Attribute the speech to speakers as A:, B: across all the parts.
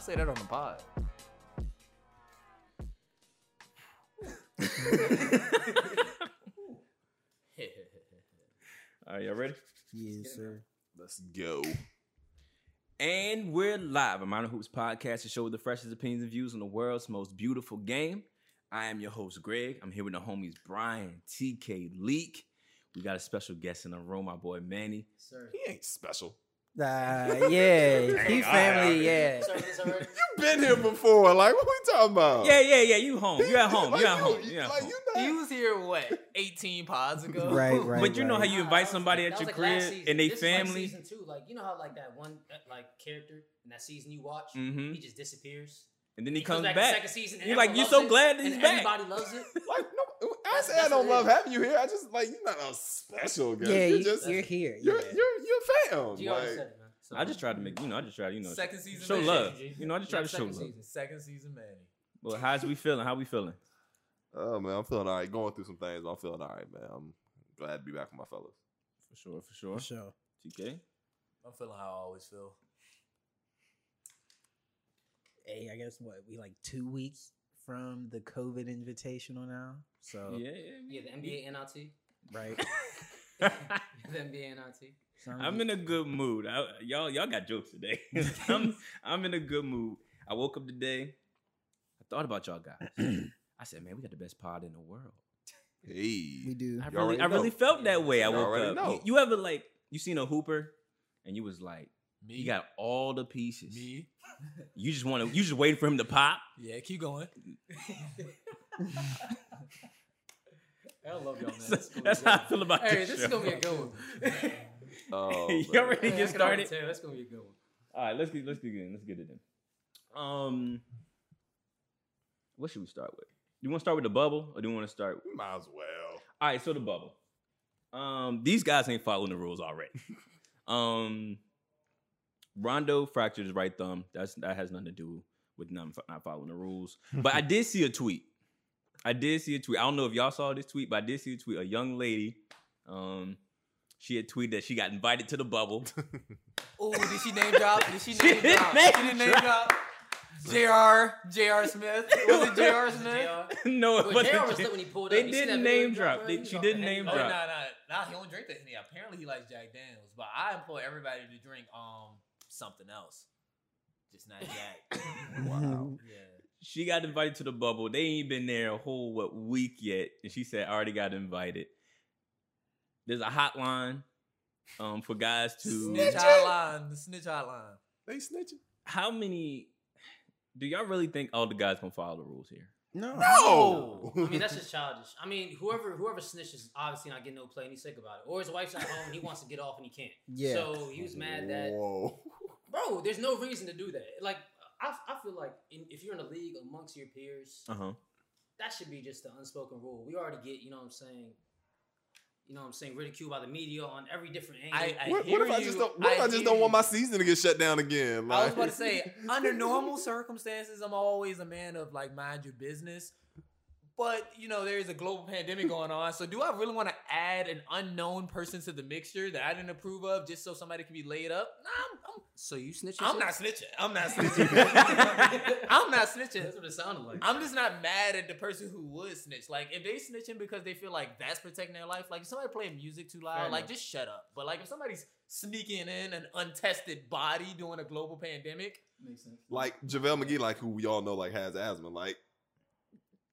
A: say that on the pod.
B: Are y'all ready?
C: Yes, sir.
A: Let's go.
B: And we're live. A Minor Hoops podcast to show with the freshest opinions and views on the world's most beautiful game. I am your host, Greg. I'm here with the homies Brian, TK, Leak. We got a special guest in the room, my boy Manny.
C: Sir.
A: He ain't special.
C: Uh, yeah, he
B: all right, all right.
C: family. Yeah.
A: You've been here before. Like, what we talking about?
B: Yeah, yeah, yeah. You home. You at home.
A: Oh. Like,
B: You at home.
A: you-
B: You at
A: like,
B: home.
A: you not-
D: He was here what 18 pods ago.
C: Right, right.
B: But you know how
C: right.
B: you invite somebody at
E: That
B: your
E: was, like, last
B: crib
E: season.
B: and they
E: This is, like,
B: family.
E: season two, like you know how like that one that, like character in that season you watch,
B: Mhm.
E: he just disappears.
B: And then he comes
E: comes the
B: back.
E: second season. And
B: You're like,
E: everyone
B: you
E: loves
B: so
E: it,
B: glad that
E: and
B: he's back.
E: Everybody loves it.
A: Like, no, I
E: That's-
A: say I
E: that's
A: don't
E: what it
A: love
E: is.
A: having you here. I just like you're not a special guy.
C: Yeah,
A: you're
C: you,
A: just
C: you're
A: you're
C: here.
A: you're
C: yeah.
A: you're,
E: You
A: fam.
E: already
A: Like,
E: said it, man. So,
B: I just tried to make, you know, I just tried, you know,
D: Second season.
B: show
D: Manny.
B: love. You know, I just tried
E: Your
B: to show
E: second
B: love.
E: season.
D: Second season, Manny.
B: Well, how's we feeling? How we feeling?
A: oh man, I'm feeling all right. Going through some things, but I'm feeling all right, man. I'm glad to be back with my fellas.
B: For sure, for sure.
C: For sure.
B: TK.
D: I'm feeling how I always feel.
C: Hey, I guess what we like two weeks from the COVID invitational now. So
B: Yeah,
E: Yeah, the NBA NIT.
C: right.
B: yeah.
E: the NBA NIT.
C: So
B: I'm in a good mood. I, y'all, y'all got jokes today. I'm, I'm in a good mood. I woke up today. I thought about y'all guys. I said, man, we got the best pod in the world.
C: We
A: Hey,
C: do.
B: I really,
A: Y'all already
B: I really
A: know.
B: felt that way. I
A: Y'all
B: woke
A: already
B: up.
A: know.
B: You, you ever like you seen a hooper, and you was like,
D: Me,
B: you got all the pieces.
D: me.
B: You just want to. You just waiting for him to pop.
D: Yeah, keep going.
E: I love y'all, man.
B: So
E: This is gonna be
B: that's
E: good.
B: how I feel about
E: Hey,
B: this.
E: this is
B: show.
E: gonna be a good one.
A: oh,
B: you
A: man.
B: already
E: Hey, I
B: get
E: can already
B: started.
E: tell you, That's gonna be a good one.
B: All right, let's get let's get it in. Let's get it in. Um, what should we start with? Do you want to start with the bubble, or do you want to start?
A: We might as well.
B: All right, so the bubble. Um, these guys ain't following the rules already. um, Rondo fractured his right thumb. That's that has nothing to do with not, not following the rules. But I did see a tweet. I did see a tweet. I don't know if y'all saw this tweet, but I did see a tweet. A young lady, um, she had tweeted that she got invited to the bubble.
D: Oh, did she name drop? Did she
B: She
D: name drop?
B: name
D: She didn't name drop. Jr. Jr. Smith. Was it Jr. Smith?
E: JR.
B: no, it
E: But
B: wasn't.
E: JR was lit when he pulled
B: They
E: up. You see
B: didn't
E: that
B: name
E: video he dropped,
B: drop.
E: bro?
B: They-
E: He was
B: she
E: off
B: didn't
E: the
B: name
E: Henny.
D: Oh,
B: drop.
D: nah, nah, nah. He don't drink the Henny. Apparently, he likes Jack Daniels, but I implore everybody to drink um something else, just not Jack.
A: Wow.
D: yeah.
B: she got invited to the bubble. They ain't been there a whole what week yet, and she said I already got invited. There's a hotline um, for guys to.
D: Snitch hotline. The snitch hotline.
A: They snitching?
B: How many? Do y'all really think all the guys gonna follow the rules here?
C: no.
A: No.
E: I mean, that's just childish. I mean, whoever whoever snitches obviously not getting no play and he's sick about it. Or his wife's at home and he wants to get off and he can't.
C: Yeah.
E: So he was mad that
A: Whoa.
E: bro, there's no reason to do that. Like I, I feel like in, if you're in a league amongst your peers,
B: Uh huh.
E: that should be just the unspoken rule. We already get, you know what I'm saying, you know what I'm saying, ridiculed by the media on every different angle.
D: I- I-
A: What, what if
D: hear
A: I just
D: you.
A: don't? What if
D: I
A: I just
D: hear
A: don't want
D: you.
A: my season to get shut down again?
D: I was
A: Like-
D: about to say, under normal circumstances, I'm always a man of like mind your business. But you know, there is a global pandemic going on. So do I really want to add an unknown person to the mixture that I didn't approve of just so somebody can be laid up? Nah,
E: so you snitching?
D: I'm, I'm, I'm
E: shit?
D: not snitching. I'm not snitching. I'm not snitching.
E: That's what it sounded like.
D: I'm just not mad at the person who would snitch. Like if they snitching because they feel like that's protecting their life. Like if somebody playing music too loud,
E: Fair
D: like
E: enough.
D: just shut up. But like if somebody's sneaking in an untested body during a global pandemic,
E: Makes sense.
A: like JaVale McGee, like who we all know, like has asthma. Like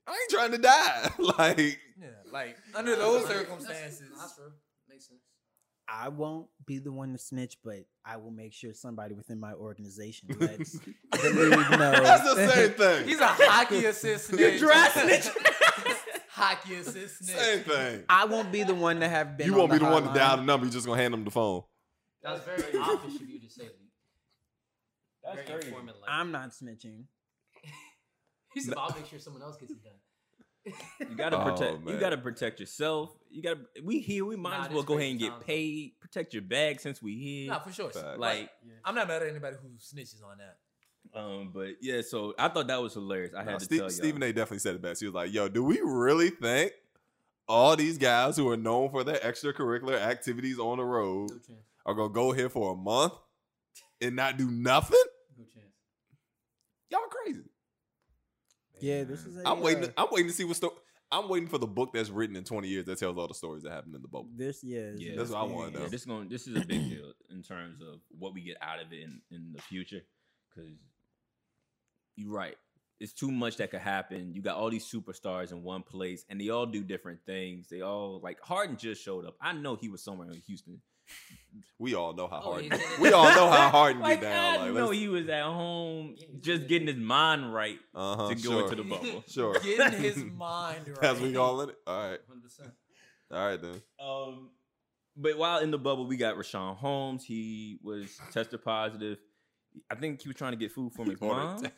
A: I ain't trying to die. like
D: yeah, like under those
E: That's-
D: circumstances,
E: That's true. Makes sense.
C: I won't be the one to snitch, but I will make sure somebody within my organization lets the league know.
A: that's the same thing.
D: he's a hockey assist snitch.
B: dry snitch.
D: hockey assist
A: same
D: snitch.
A: thing.
C: I won't be the one to have been.
A: You
C: on
A: won't be the one to
C: hotline.
A: dial the number. You just gonna hand him the phone.
E: That was very obvious of you to say. very informative. Like,
C: I'm not snitching.
E: He said, "I'll make sure someone else gets it done."
B: You gotta
A: Oh,
B: protect. you
A: man.
B: gotta protect yourself. You gotta. We here. We might
E: Nah,
B: as well
E: this
B: go ahead
E: crazy
B: and get
E: times, though.
B: paid. Protect your bag since we here.
D: Nah, for sure.
A: Fact.
B: like,
D: I'm not mad at anybody who snitches on that.
B: um, but yeah. So I thought that was hilarious. I had
A: Nah,
B: to
A: Ste-
B: tell you.
A: Stephen A. definitely said it best. He was like, "Yo, do we really think all these guys who are known for their extracurricular activities on the road
E: No chance.
A: are gonna go here for a month and not do nothing?"
E: No chance.
A: Y'all crazy.
C: Yeah, this is. A,
A: I'm waiting.
C: uh,
A: I'm waiting to see what story. I'm waiting for the book that's written in 20 years that tells all the stories that happened in the boat.
C: This yeah, is
B: Yeah,
C: an
B: that's
A: what I wanna
B: Yeah,
A: know.
C: experience.
B: this going this is a big deal in terms of what we get out of it in, in the future. Cause you're right. It's too much that could happen. You got all these superstars in one place and they all do different things. They all like Harden just showed up. I know he was somewhere in Houston.
A: We all know how
E: Oh,
A: hard.
E: yeah, yeah,
A: we
E: yeah.
A: all know how hard you
B: Like,
A: get down.
B: I
A: Like,
B: know
A: let's-
B: he was at home
E: Yeah, he
B: just
E: did.
B: getting his mind right
A: uh-huh,
B: to go
A: sure,
B: into the bubble.
A: sure.
D: Getting his mind right.
A: As we all in it. All right.
E: 100%.
A: All right then.
B: Um, but while in the bubble, we got Rashawn Holmes. He was tested positive. I think he was trying to get food from his
A: Order
B: mom.
A: attack.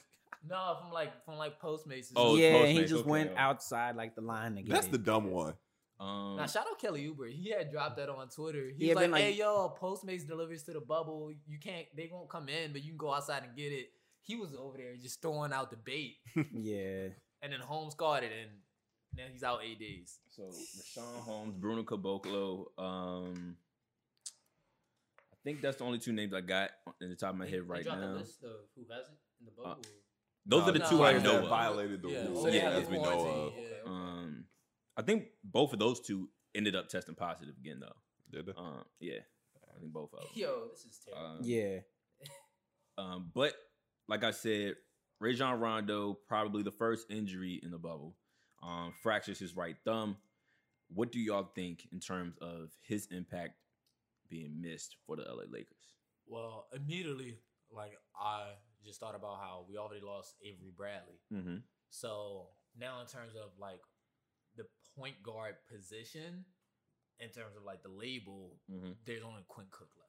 D: No, from like from like Postmates.
B: Oh, it's
C: yeah, and he
B: Postmates,
C: just
B: okay,
C: went
B: yeah.
C: outside like the line again.
A: That's the dumb one.
B: Um,
D: Now shout out Kelly Uber. He had dropped that on Twitter. He,
C: He
D: was
C: had
D: like,
C: been like-
D: "Hey yo, Postmates delivers to the bubble. You can't. They won't come in, but you can go outside and get it." He was over there just throwing out the bait,
C: yeah.
D: and then Holmes caught it, and now he's out eight days.
B: so Rashawn Holmes, Bruno Caboclo. Um, I think that's the only two names I got in the top of my
E: They-
B: head right
E: they dropped
B: now.
E: A list of who has it in the bubble.
B: Those
A: No,
B: are the
A: it's
B: two I
A: players
B: know
A: that
B: of.
A: violated the
D: Yeah,
A: rules.
D: so they
A: yeah,
D: have
A: as
D: to
A: we know
D: quarantine,
A: of.
D: yeah.
E: Okay, okay.
B: Um, I think both of those two ended up testing positive again, though.
A: Did it?
B: Um, yeah, I think both of them.
E: Yo, this is terrible.
B: Um,
C: Yeah.
B: Um, but like I said, Rajon Rondo probably the first injury in the bubble. Um, fractures his right thumb. What do y'all think in terms of his impact being missed for the LA Lakers?
D: Well, immediately, like I just thought about how we already lost Avery Bradley.
B: Mm-hmm.
D: So now, in terms of like the point guard position, in terms of like the label,
B: Mm-hmm.
D: there's only Quinn Cook left.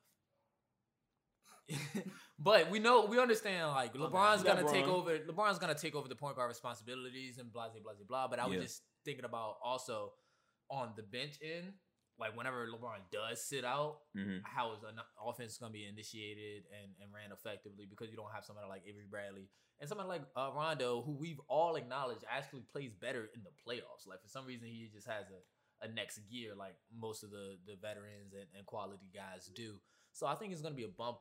D: but we know we understand like LeBron's
B: Yeah,
D: gonna take
B: LeBron.
D: over LeBron's gonna take over the point guard responsibilities and blah blah blah blah, blah. But I was
B: Yeah.
D: just thinking about also on the bench end, like whenever LeBron does sit out,
B: Mm-hmm.
D: how is an offense gonna be initiated and, and ran effectively because you don't have somebody like Avery Bradley and somebody like uh, Rondo, who we've all acknowledged actually plays better in the playoffs. Like for some reason, he just has a, a next gear, like most of the the veterans and, and quality guys do. So I think it's gonna be a bump.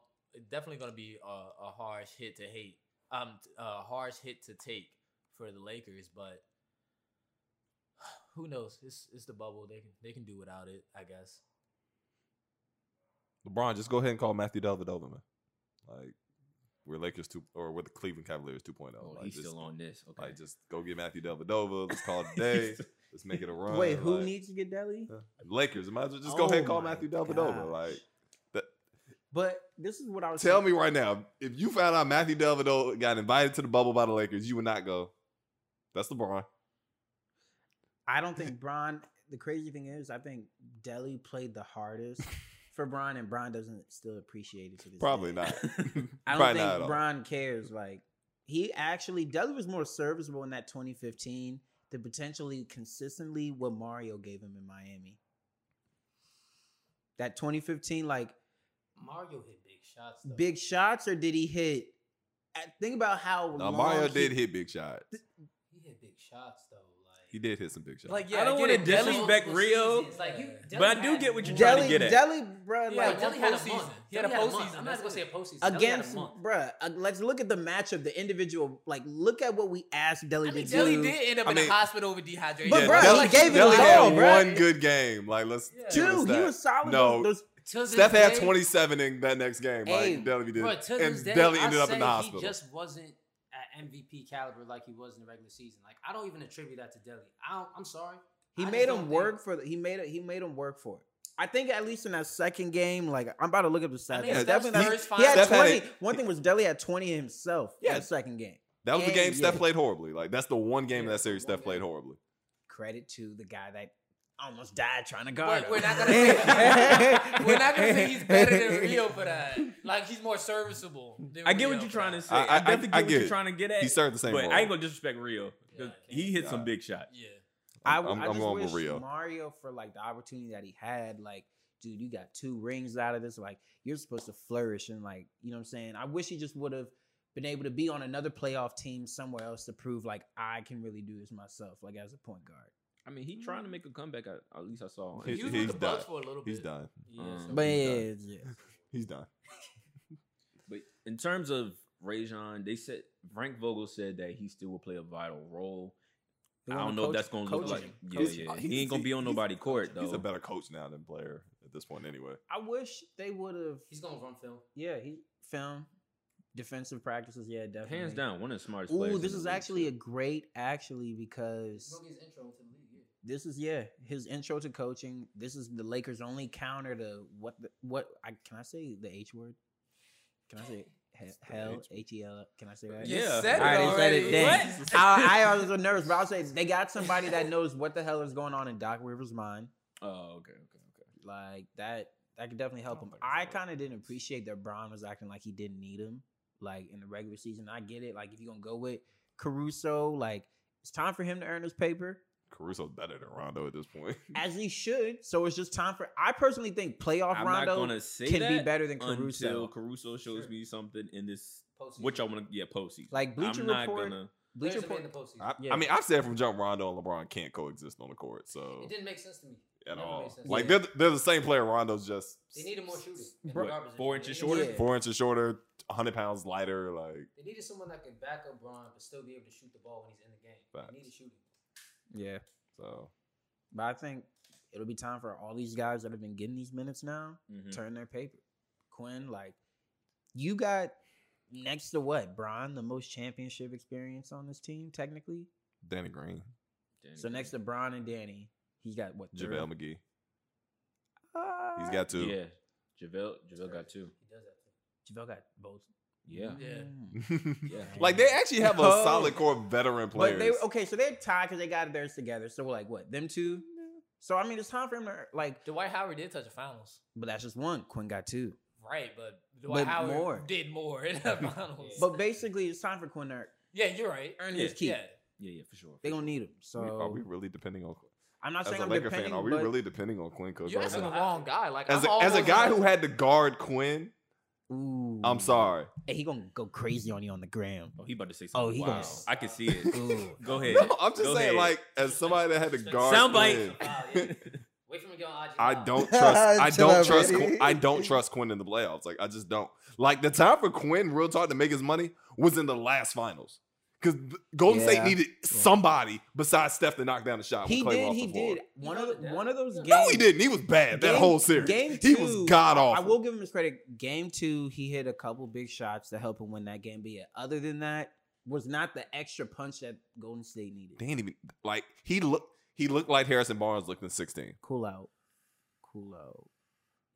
D: Definitely gonna be a, a harsh hit to hate. Um, t- a harsh hit to take for the Lakers, but. Who knows? It's it's the bubble. They can they can do without it, I guess.
A: LeBron, just go ahead and call Matthew Dellavedova, man. Like we're Lakers two, or we're the Cleveland Cavaliers 2.0.
B: Oh,
A: like,
B: he's
A: just,
B: still on this. Okay.
A: Like just go get Matthew Dellavedova. Let's call it a day. Let's make it a run.
C: Wait, who
A: like,
C: needs to get deli?
A: Lakers? Might as well just go ahead and
C: Oh
A: call
C: my
A: Matthew Dellavedova.
C: gosh.
A: Like
C: But this is what I was.
A: Tell me
C: thinking.
A: right now, if you found out Matthew Dellavedova got invited to the bubble by the Lakers, you would not go. That's LeBron.
C: I don't think Bron. The crazy thing is, I think Delhi played the hardest for Bron, and Bron doesn't still appreciate it to this
A: Probably
C: day.
A: not.
C: I don't
A: Probably not at
C: think
A: all.
C: Bron cares. Like he actually, Delhi was more serviceable in that 2015 than potentially consistently what Mario gave him in Miami. That 2015, like
E: Mario hit big shots. Though.
C: big shots, or did he hit? I- Think about how
A: Now,
C: long
A: Mario
C: he-
A: did hit big shot.
E: He hit big shots though. Like
A: He did hit some big shots.
D: Like, yeah,
B: I don't
D: get
B: wanna
D: it. Delly-
B: disrespect Rio,
E: It's like you,
D: But
E: Delly
B: I do
E: had
B: get what you're
E: more-
B: trying to
C: Delhi,
B: get at.
C: Delly, bro,
D: Yeah, Delly
C: like
D: had
E: Delly
D: a
E: had a
D: month.
E: month.
D: He had a
E: Delly
D: postseason.
E: month. I'm not gonna say a postseason. Delly had a
C: against
E: month.
C: bruh. uh, Let's look at the matchup, the individual. Like, look at what we asked Deli
D: I mean,
C: to
D: Jelly
C: do.
D: did end up
A: I
D: in
A: mean-
D: the hospital with dehydration.
C: But, bro,
A: Dell-
C: he gave it
A: Dell
C: his
A: had
C: all, bro.
A: one good game. Like, let's
D: Yeah.
A: give us
C: Two, he
A: that.
C: was solid.
A: No.
C: Those,
E: To this
A: Steph had
E: day-
A: 27 in that next game.
C: Hey,
A: like Delly did,
E: Bro, to this
A: and
E: day,
A: Delly
E: I
A: ended up
E: say
A: in the hospital.
E: He just wasn't at MVP caliber like he was in the regular season. Like I don't even attribute that to Delly. I don't, I'm sorry.
C: he
E: I just
C: made
E: don't
C: him
E: think-
C: work for. The, he made it. He made him work for it. I think at least in that second game, like I'm about to look up the stats.
D: think
C: but
D: Steph's
C: definitely-
D: first
C: he had
A: Steph had
C: 20.
A: it.
C: One thing was Deli had 20 himself in
A: Yeah.
C: the second game.
A: that was the game
C: and
A: Steph
C: yeah.
A: played horribly. Like, that's the one game in
E: Yeah,
A: that series
E: one
A: Steph played
E: game.
A: horribly.
C: Credit to the guy that almost died trying to guard
D: But
C: him.
D: we're not gonna say we're not gonna say he's better than Rio for that. Like he's more serviceable. Than
B: I get
D: Rio
B: what you're
D: for
B: trying to
D: that.
B: say.
A: I-
B: I,
A: I-
B: definitely
A: I
B: get what
A: get
B: you're
A: it.
B: trying to get at.
A: He served the same
B: but
A: role.
B: I ain't gonna disrespect Rio. 'cause
E: Yeah, I
B: he hit some
A: Yeah.
B: big shots.
D: Yeah.
C: I,
A: I'm-
C: am
A: I'm
C: just
A: going with
C: wish
A: Rio.
C: Mario for like the opportunity that he had. Like, dude, you got two rings out of this. Like, you're supposed to flourish and like, you know what I'm saying? I wish he just would have been able to be on another playoff team somewhere else to prove like I can really do this myself, like as a point guard.
B: I mean, he trying to make a comeback. At,
F: uh,
B: at least I saw.
A: He-
D: He was
A: he's
D: with the Bucks
A: done.
D: for a little bit.
A: He's done.
C: Mm.
E: Yeah,
B: Um,
E: so-
C: But
A: he's
C: yeah,
A: done.
C: it's- yeah.
A: He's done.
B: But in terms of
F: Rajon, they said Frank Vogel said that he still will play a vital role.
C: They
F: I
C: wanna
F: don't know if
C: coach-
F: that's gonna look
C: coach
F: like.
C: him.
F: Yeah,
A: He's-
F: yeah.
A: he's-
F: He ain't gonna be on
A: he's-
F: nobody's court though.
A: He's a better coach now than player at this point, anyway.
C: I wish they would have.
E: He's gonna run film.
C: Yeah, he film defensive practices. Yeah, definitely.
F: Hands down, one of the smartest players.
C: Ooh,
F: in
C: this
F: the
C: is
F: league,
C: actually a
F: too.
C: great actually
E: He's
C: because
E: gonna get his intro into the league. Yeah.
C: this is yeah his intro to coaching. This is the Lakers' only counter to what the, what I can I say the H word? Can I say he-
A: It's the
C: hell
A: H
C: H E L? Can I say that?
F: Yeah.
D: said
C: I already said it
D: already.
C: then.
D: What?
C: I, I was nervous, but I'll say they got somebody that knows what the hell is going on in Doc Rivers' mind.
F: Oh, okay, okay, okay.
C: Like that, that could definitely help
F: I don't
C: him.
F: think it's
C: I
F: fair.
C: kind of didn't appreciate that Braun was acting like he didn't need him, like in the regular season. I get it. Like if you're gonna go with Caruso, like it's time for him to earn his paper,
A: Caruso's better than Rondo at this point.
C: as he should. So it's just time for. I personally think playoff
F: I'm not
C: Rondo
F: gonna say
C: can be
F: that
C: better than
F: until
C: Caruso.
F: Caruso shows
E: Sure.
F: me something in this,
E: Postseason.
F: which I want to. Yeah, postseason.
C: Like Bleacher
F: I'm not
C: Report,
F: gonna.
C: Bleacher
E: Players that made
C: Report.
E: the postseason.
A: I,
C: Yeah.
A: I mean, I said from jump, Rondo and LeBron can't coexist on the court, so
E: it didn't make sense to me.
A: at
E: never
A: all.
E: made sense.
A: Like
E: Yeah.
A: they're they're the same player. Rondo's just
E: They needed more shooting. in the
F: Bro-
E: guard position.
F: four
E: They
F: inches
E: needed more
C: shorter?
E: shooting.
A: four inches shorter, hundred pounds lighter. Like
E: They needed someone that could back up Bron but still be able to shoot the ball when he's in the game.
A: Facts.
E: They needed shooting.
C: Yeah,
A: so,
C: but I think it'll be time for all these guys that have been getting these minutes now
F: Mhm.
B: Mm.
C: turn their paper. Quinn, like you got next to what? Bron, the most championship experience on this team, technically.
A: Danny Green,
F: Danny
C: So next to Bron and Danny, he's got what? three?
A: JaVale McGee,
C: Uh,
A: he's got
F: Green.
A: two.
F: Yeah, Javale. Javale got two.
E: He does that too.
C: JaVale got both.
F: Yeah.
D: Yeah.
C: Mm. Yeah.
A: like they actually have a
C: Oh.
A: solid core of veteran players.
C: But they okay, so they're tied because they got theirs together. So we're like, what? Them two. So I mean, it's time for him to like.
D: Dwight Howard did touch the finals.
C: But that's just one. Quinn got two.
D: Right, but Dwight
C: But
D: Howard
C: more.
D: did more in the finals.
C: But basically, it's time for Quinn to
D: yeah, you're right.
C: earn
F: Yeah.
C: his keep.
D: Yeah.
F: Yeah, yeah, for sure.
C: They gonna need him. So
A: We- are we really depending on?
C: I'm not
A: As
C: saying
A: a
C: I'm
A: Laker
C: depending.
A: fan, are we
C: but-
A: really depending on Quinn Cook?
D: You're
A: right
D: asking the
A: now?
D: wrong guy. Like
A: As
D: I'm
A: a, as a
D: almost
A: guy
D: like-
A: who had to guard Quinn,
C: Ooh.
A: I'm sorry.
C: Hey, he gonna go crazy on you on the gram.
F: Oh, he about to say
C: Oh,
F: something.
C: he
F: wow.
C: gonna-
F: I can see it.
C: Ooh.
F: Go ahead.
A: No, I'm just
F: Go ahead.
A: saying, like, as somebody that had to guard Quinn,
F: soundbite.
E: Wow, yeah. Wait for him to get on IG.
A: I
E: Live.
A: don't trust. I
C: Shut
A: don't
C: up,
A: trust.
C: Eddie.
A: Qu- I don't trust Quinn in the playoffs. Like, I just don't. Like the time for Quinn, real talk, to make his money was in the last finals. Because Golden State
C: Yeah.
A: needed somebody besides Steph to knock down the shot.
C: He
A: when Clay
C: did.
A: off
C: He
A: the floor.
C: did. One of
E: knocked it
C: the,
E: down.
C: one of those games.
A: No, he didn't. He was bad that
C: Game-
A: whole series.
C: game
A: he was
C: two,
A: god
C: I
A: awful.
C: will give him his credit. Game two, he hit a couple big shots to help him win that game. But yeah, other than that, was not the extra punch that Golden State needed.
A: They ain't even like he looked. He looked like Harrison Barnes looked in 16.
C: Cool out. Cool out.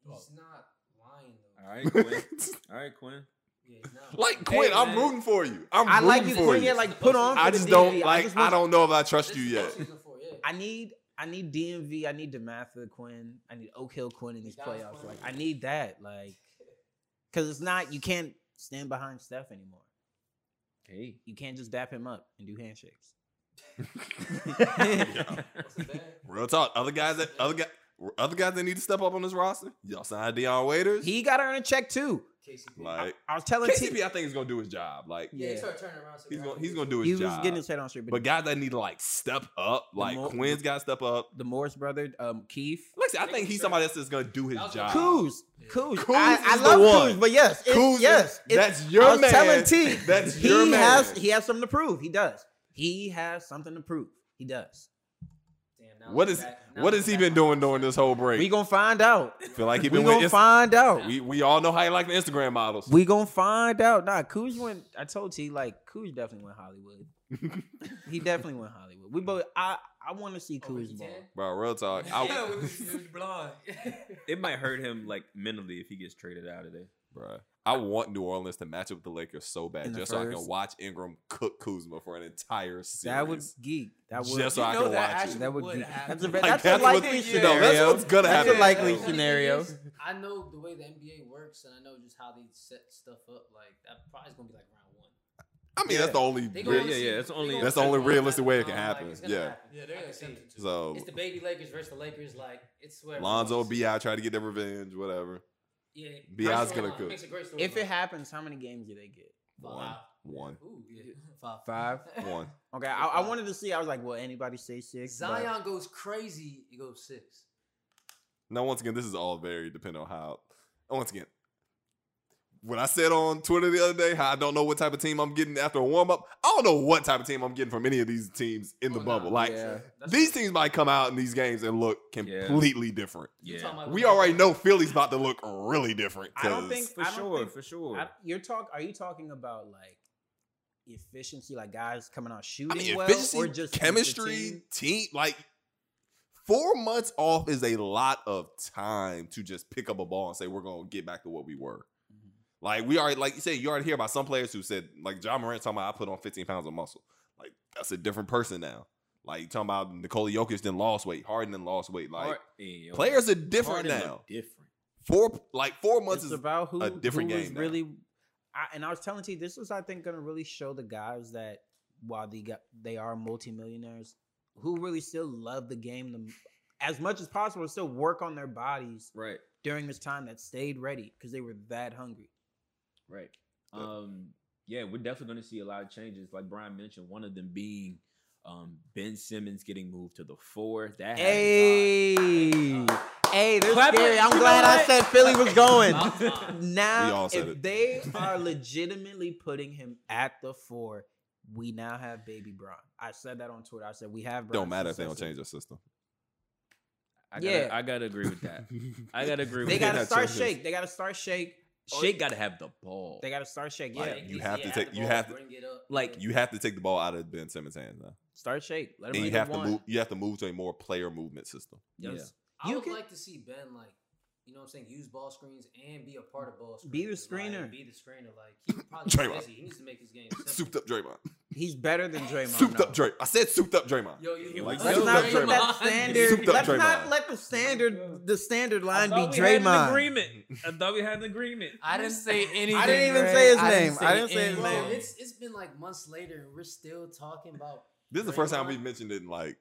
E: He's not lying though.
F: All right, Quinn. All right, Quinn.
E: Yeah, he's not.
A: like Quinn, I'm
F: man.
A: rooting for you. I'm
C: I like
A: rooting
C: you,
A: for
C: Quinn.
A: you.
C: Yeah, like put on.
A: I
C: for the
A: just
C: DMV.
A: don't like. I,
C: just want-
A: don't know if I trust
E: This
A: you
E: is
A: yet.
E: postseason for, yeah.
C: I need I need DMV. I need Dematha Quinn. I need Oak Hill Quinn in these
E: Dallas
C: playoffs.
E: Quinn.
C: Like I need that. Like because it's not you can't stand behind Steph anymore.
F: Hey.
C: You can't just dap him up and do handshakes.
E: What's his bad?
A: Real talk. Other guys that other guy, other guys that need to step up on this roster. Y'all signed Deion Waiters.
C: He got to earn a check too.
E: KCP.
A: like
C: I was telling T.
A: KCP, I think is gonna do his job. Like
E: yeah,
C: Yeah.
E: he started turning around.
A: he's gonna he's gonna do his
C: He was
A: job.
C: getting his head on straight, but,
A: but guys that need to like step up, like
C: mo-
A: Quinn's got to step up.
C: the Morris brother, um, Keith,
A: Like I said, I think he's somebody else that's gonna do his
E: That was
A: job.
C: Coos, Coos.
A: Kuz
C: I, I
A: is the
C: love
A: one.
C: Coos, but yes, it,
A: Kuz is-
C: yes, it-
A: that's your
C: I was
A: man.
C: telling T.
A: That's
C: he
A: your man.
C: has he has something to prove. He does. He has something to prove. He does.
A: what is what has he been doing during this whole break?
C: We gonna find out.
A: feel like he
C: We
A: been
C: gonna
A: with
C: find out.
A: we we all know how he like the Instagram models.
C: We gonna find out. Nah, Coos went. I told T like Coos definitely went Hollywood. he definitely went Hollywood. We both. I I want to see Coos ball.
A: Bro, real talk.
D: Yeah,
A: I,
D: with his huge blonde.
F: It might hurt him like mentally if he gets traded out of there.
A: Bruh, I want New Orleans to match up with the Lakers so
C: In
A: bad,
C: the
A: just so I can
C: first-
A: watch Ingram cook Kuzma for an entire series.
C: That would geek. That would.
A: Just so
D: You
A: I
D: know
A: can
D: that
A: watch it.
D: actually
C: that would
D: would
C: be,
D: happen.
C: that's a very,
A: Like,
C: that's,
A: that's
C: a
A: what-
C: likely
D: yeah.
A: No,
C: scenario.
A: that's what's gonna
C: That's
A: happen.
C: a likely
E: Funny thing
C: scenario.
E: is, I know the way the NBA works, and I know just how they set stuff up. Like that probably is gonna be like round one.
A: I mean, that's the only.
E: They
A: real-
F: Yeah,
E: gonna
F: yeah,
E: see-
F: yeah, that's
E: they
F: only-
E: gonna
A: That's
E: see
A: the only
E: one at
A: realistic
E: a
A: way it
E: time,
A: can
E: like,
A: happen.
E: it's gonna
A: Yeah.
E: happen.
D: Yeah, they're
E: I
D: gonna
E: can see
D: see
E: it. too.
A: So
E: It's the baby Lakers versus the Lakers. Like it's where
A: Lonzo
E: everyone's-
A: Bi tried to get their revenge, whatever.
E: Yeah,
A: Bi's
E: great
A: gonna
E: storyline.
A: cook.
E: Makes a great storyline.
C: If it happens, how many games do they get?
E: Five.
A: One, one,
E: Ooh, yeah. five,
C: Five.
A: one.
C: Okay, I, I wanted to see. I was like, will anybody say six? but-
E: Zion goes crazy. He goes six.
A: Now, once again, this is all very dependent on how. Once again, when I said on Twitter the other day how I don't know what type of team I'm getting after a warm up, I don't know what type of team I'm getting from any of these teams in the
E: Oh, nah,
A: bubble. Like
C: yeah.
E: That's-
A: these teams might come out in these games and look
B: Yeah.
A: completely different.
E: you
B: Yeah.
E: talking about-
A: We already know Philly's about to look really different.
B: I don't
A: 'cause
B: think for
C: I don't
B: sure,
C: think-
B: for sure.
C: I, you're talk. Are you talking about like efficiency, like guys coming out
A: I
C: shooting
A: mean,
C: well,
A: efficiency,
C: or just with the
A: chemistry,
C: team?
A: team, like four months off is a lot of time to just pick up a ball and say we're gonna get back to what we were.
C: Mhm.
A: Like we already, like you said, you already hear about some players who said, like John Morant talking about I put on 15 pounds of muscle. Like that's a different person now. Like you talking about Nikola Jokic then lost weight, Harden then lost weight. Like
B: Hard- yeah, yo,
A: players are different
B: Harden look
A: now.
B: Different.
A: Four like four months
C: It's
A: is
C: about who
A: a different
C: who is
A: game now.
C: really. I, and I was telling T, this was I think going to really show the guys that while they got they are multimillionaires, who really still love the game the, as much as possible, still work on their bodies
B: Right.
C: during this time that stayed ready because they were that hungry.
B: Right.
A: But-
B: Um, yeah, we're definitely going to see a lot of changes. Like Brian mentioned, one of them being um, Ben Simmons getting moved to the four. That has-
C: Hey, hey, they're
B: Clap it.
C: scary. I'm
B: You know
C: glad I
B: what?
C: said Philly was going.
E: Uh-uh.
A: We
C: now,
A: all
C: if
A: said it.
C: they are legitimately putting him at the four, we now have Baby Bron. I said that on Twitter. I said we have. Bron's
A: don't matter if they don't
C: successor.
A: change their system.
B: I gotta,
C: Yeah.
B: I gotta agree with that. I gotta agree
C: They
B: with
C: got
A: Yeah,
C: to
B: that.
C: start
A: changes.
C: shake. They got to start shake.
A: Oh,
B: Shake gotta have the ball.
C: They got to start shake. Yeah,
E: Yeah,
A: you
E: at least,
A: have to
E: yeah,
A: take-
E: add the
A: you
E: ball,
A: have to-
E: bring it up.
B: like,
E: Yeah.
A: You have to take the ball out of Ben Simmons' hands now,
C: start shake. Let him
A: and
C: be
A: you
C: the
A: have to
C: one.
A: move. You have to move to a more player movement system.
B: Yeah.
C: Yes.
E: I
C: You
E: would
C: can-
E: like to see Ben like, you know what I'm saying, use ball screens and be a part of ball screens.
C: Be the
E: Like,
C: screener.
E: be the screener. Like he's probably
A: Draymond.
E: busy. He needs to make his game.
A: Souped up Draymond.
C: He's better than Draymond.
A: souped
C: though.
A: up Draymond. I said souped up Draymond.
E: Yo, you
A: Like,
C: Let's
A: Yo,
C: not
A: Draymond.
C: put that
A: Souped
C: standard.
A: up
C: Let's
A: Draymond.
C: not let the standard the standard line be
B: thought we had an
C: Draymond.
B: agreement. I thought we had an agreement.
D: I didn't say anything.
C: I didn't even
D: Greg.
C: say his
D: I
C: name. I didn't say his
E: Bro,
C: name.
E: it's it's been like months later, and we're still talking about.
A: This is the first time
E: Draymond.
A: we've mentioned it in like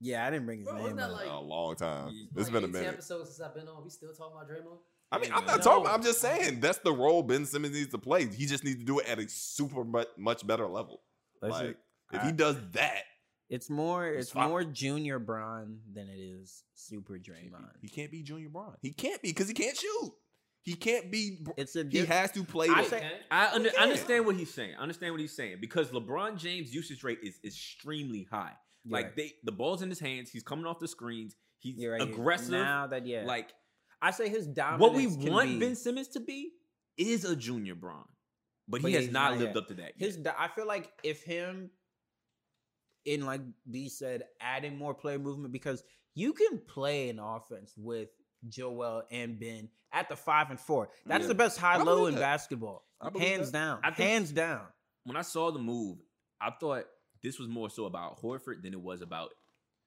C: Yeah, I didn't bring his
E: Bro,
C: name
E: wasn't that
C: up.
E: like-
A: a long time.
B: Like,
A: It's
E: like
A: been a
E: 18
A: minute.
E: episodes since I've been on. We still talking about Draymond.
A: I mean, I'm
B: Yeah,
A: not
B: man.
A: talking.
E: No.
A: I'm just saying that's the role Ben Simmons needs to play. He just needs to do it at a super much, much better level.
C: Let's-
A: like if he does that,
C: It's more
A: It's
C: it's,
A: fine.
C: more junior Bron than it is super Draymond.
A: he can't be Junior Bron. He can't be because he can't shoot. He can't be.
C: It's a
A: He
C: diff-
A: has to play.
C: I
A: the-
C: say-
E: Okay.
B: I, under, I
A: Yeah.
B: understand what he's saying. I understand what he's saying because LeBron James' usage rate is extremely high.
C: you're
B: Like
C: right.
B: they, the ball's in his hands. He's coming off the screens. He's
C: You're right.
B: aggressive.
C: Now that yeah, like
B: Like
C: I say his dominance.
B: what we
C: can
B: want
C: be-
B: Ben Simmons to be is a junior Bron, but,
C: But
B: he has
C: he's
B: not
C: not
B: lived
C: yet.
B: up to that.
C: his.
B: yet.
C: do- I feel like if him in like B said, adding more player movement because you can play an offense with Joel and Ben at the five and four. That's
A: Yeah.
C: the best high
A: I
C: low
A: believe
C: in
A: that.
C: basketball,
A: I believe
C: hands
A: that.
C: down,
B: I think-
C: hands down.
B: when I saw the move, I thought this was more so about Horford than it was about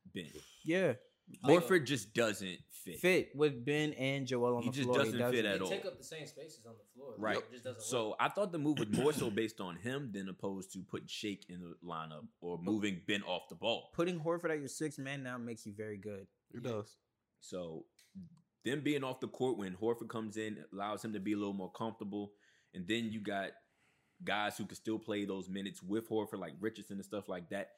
B: Ben.
C: Yeah,
B: Horford just doesn't fit.
C: fit with Ben and Joel on
B: He
C: the
B: just
C: floor.
B: doesn't fit at
E: They
B: all.
E: take up the same spaces on the floor.
B: Right.
E: It just doesn't work.
B: So I thought the move was more so based on him than opposed to putting Shake in the lineup or
C: Oh.
B: moving Ben off the ball.
C: putting Horford at your sixth man now makes you very good.
A: It does.
B: So them being off the court when Horford comes in allows him to be a little more comfortable. And then you got guys who can still play those minutes with Horford, like Richardson and stuff like that.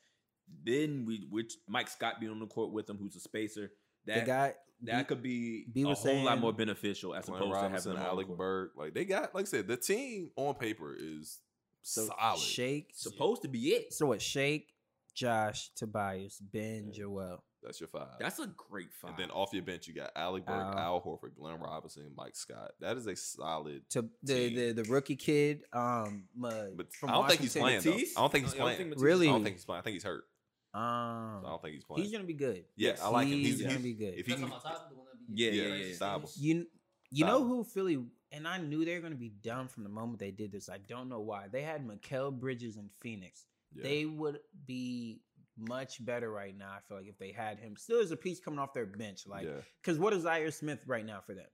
B: Then we which Mike Scott being on the court with him, who's a spacer.
C: the
B: That
C: guy
B: that could be
C: B
B: a whole
C: was
B: lot
C: saying-
B: more beneficial as
A: Glenn
B: opposed to having
A: Robinson,
B: them all
A: Alec
B: on the court.
A: Bird. Like they got. Like I said, the team on paper is
C: so
A: solid.
C: Shake.
B: Supposed to be it.
C: So what? Shake, Josh, Tobias, Ben,
A: Yeah.
C: Joel.
A: That's your five.
B: That's a great five.
A: and then off your bench, you got Alec Burke,
C: Al.
A: Al Horford, Glenn Robinson, Mike Scott. That is a solid
C: To the,
A: Team.
C: the the rookie kid. Um, Ma-
A: But
C: from
A: I don't think he's playing.
C: Washington.
A: Though. I don't think he's
B: I don't
A: playing.
B: think Matisse-
C: Really?
A: I don't think he's playing. I think he's hurt. So I
C: Um,
A: don't think he's playing.
C: he's gonna be good.
A: Yeah, I like him.
C: He's
A: He's-
C: gonna
A: he's-
C: be good.
A: if he
E: That's
A: can,
E: on my top, the one that be-
B: Yeah,
A: yeah,
B: yeah,
A: yeah,
B: yeah.
A: Stable.
C: You you know
A: Solid.
C: who Philly and I knew they were gonna be dumb from the moment they did this. I don't know why they had Mikel Bridges in Phoenix.
A: yeah.
C: They would be much better right now. I feel like if they had him, still as a piece coming off their bench. Like,
A: Yeah.
C: because what is Zaire Smith right now for them?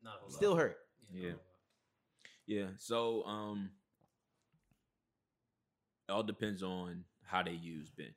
E: Not gonna lie.
C: Still hurt.
B: Yeah.
E: not gonna lie.
B: Yeah. So um it all depends on how they use Ben.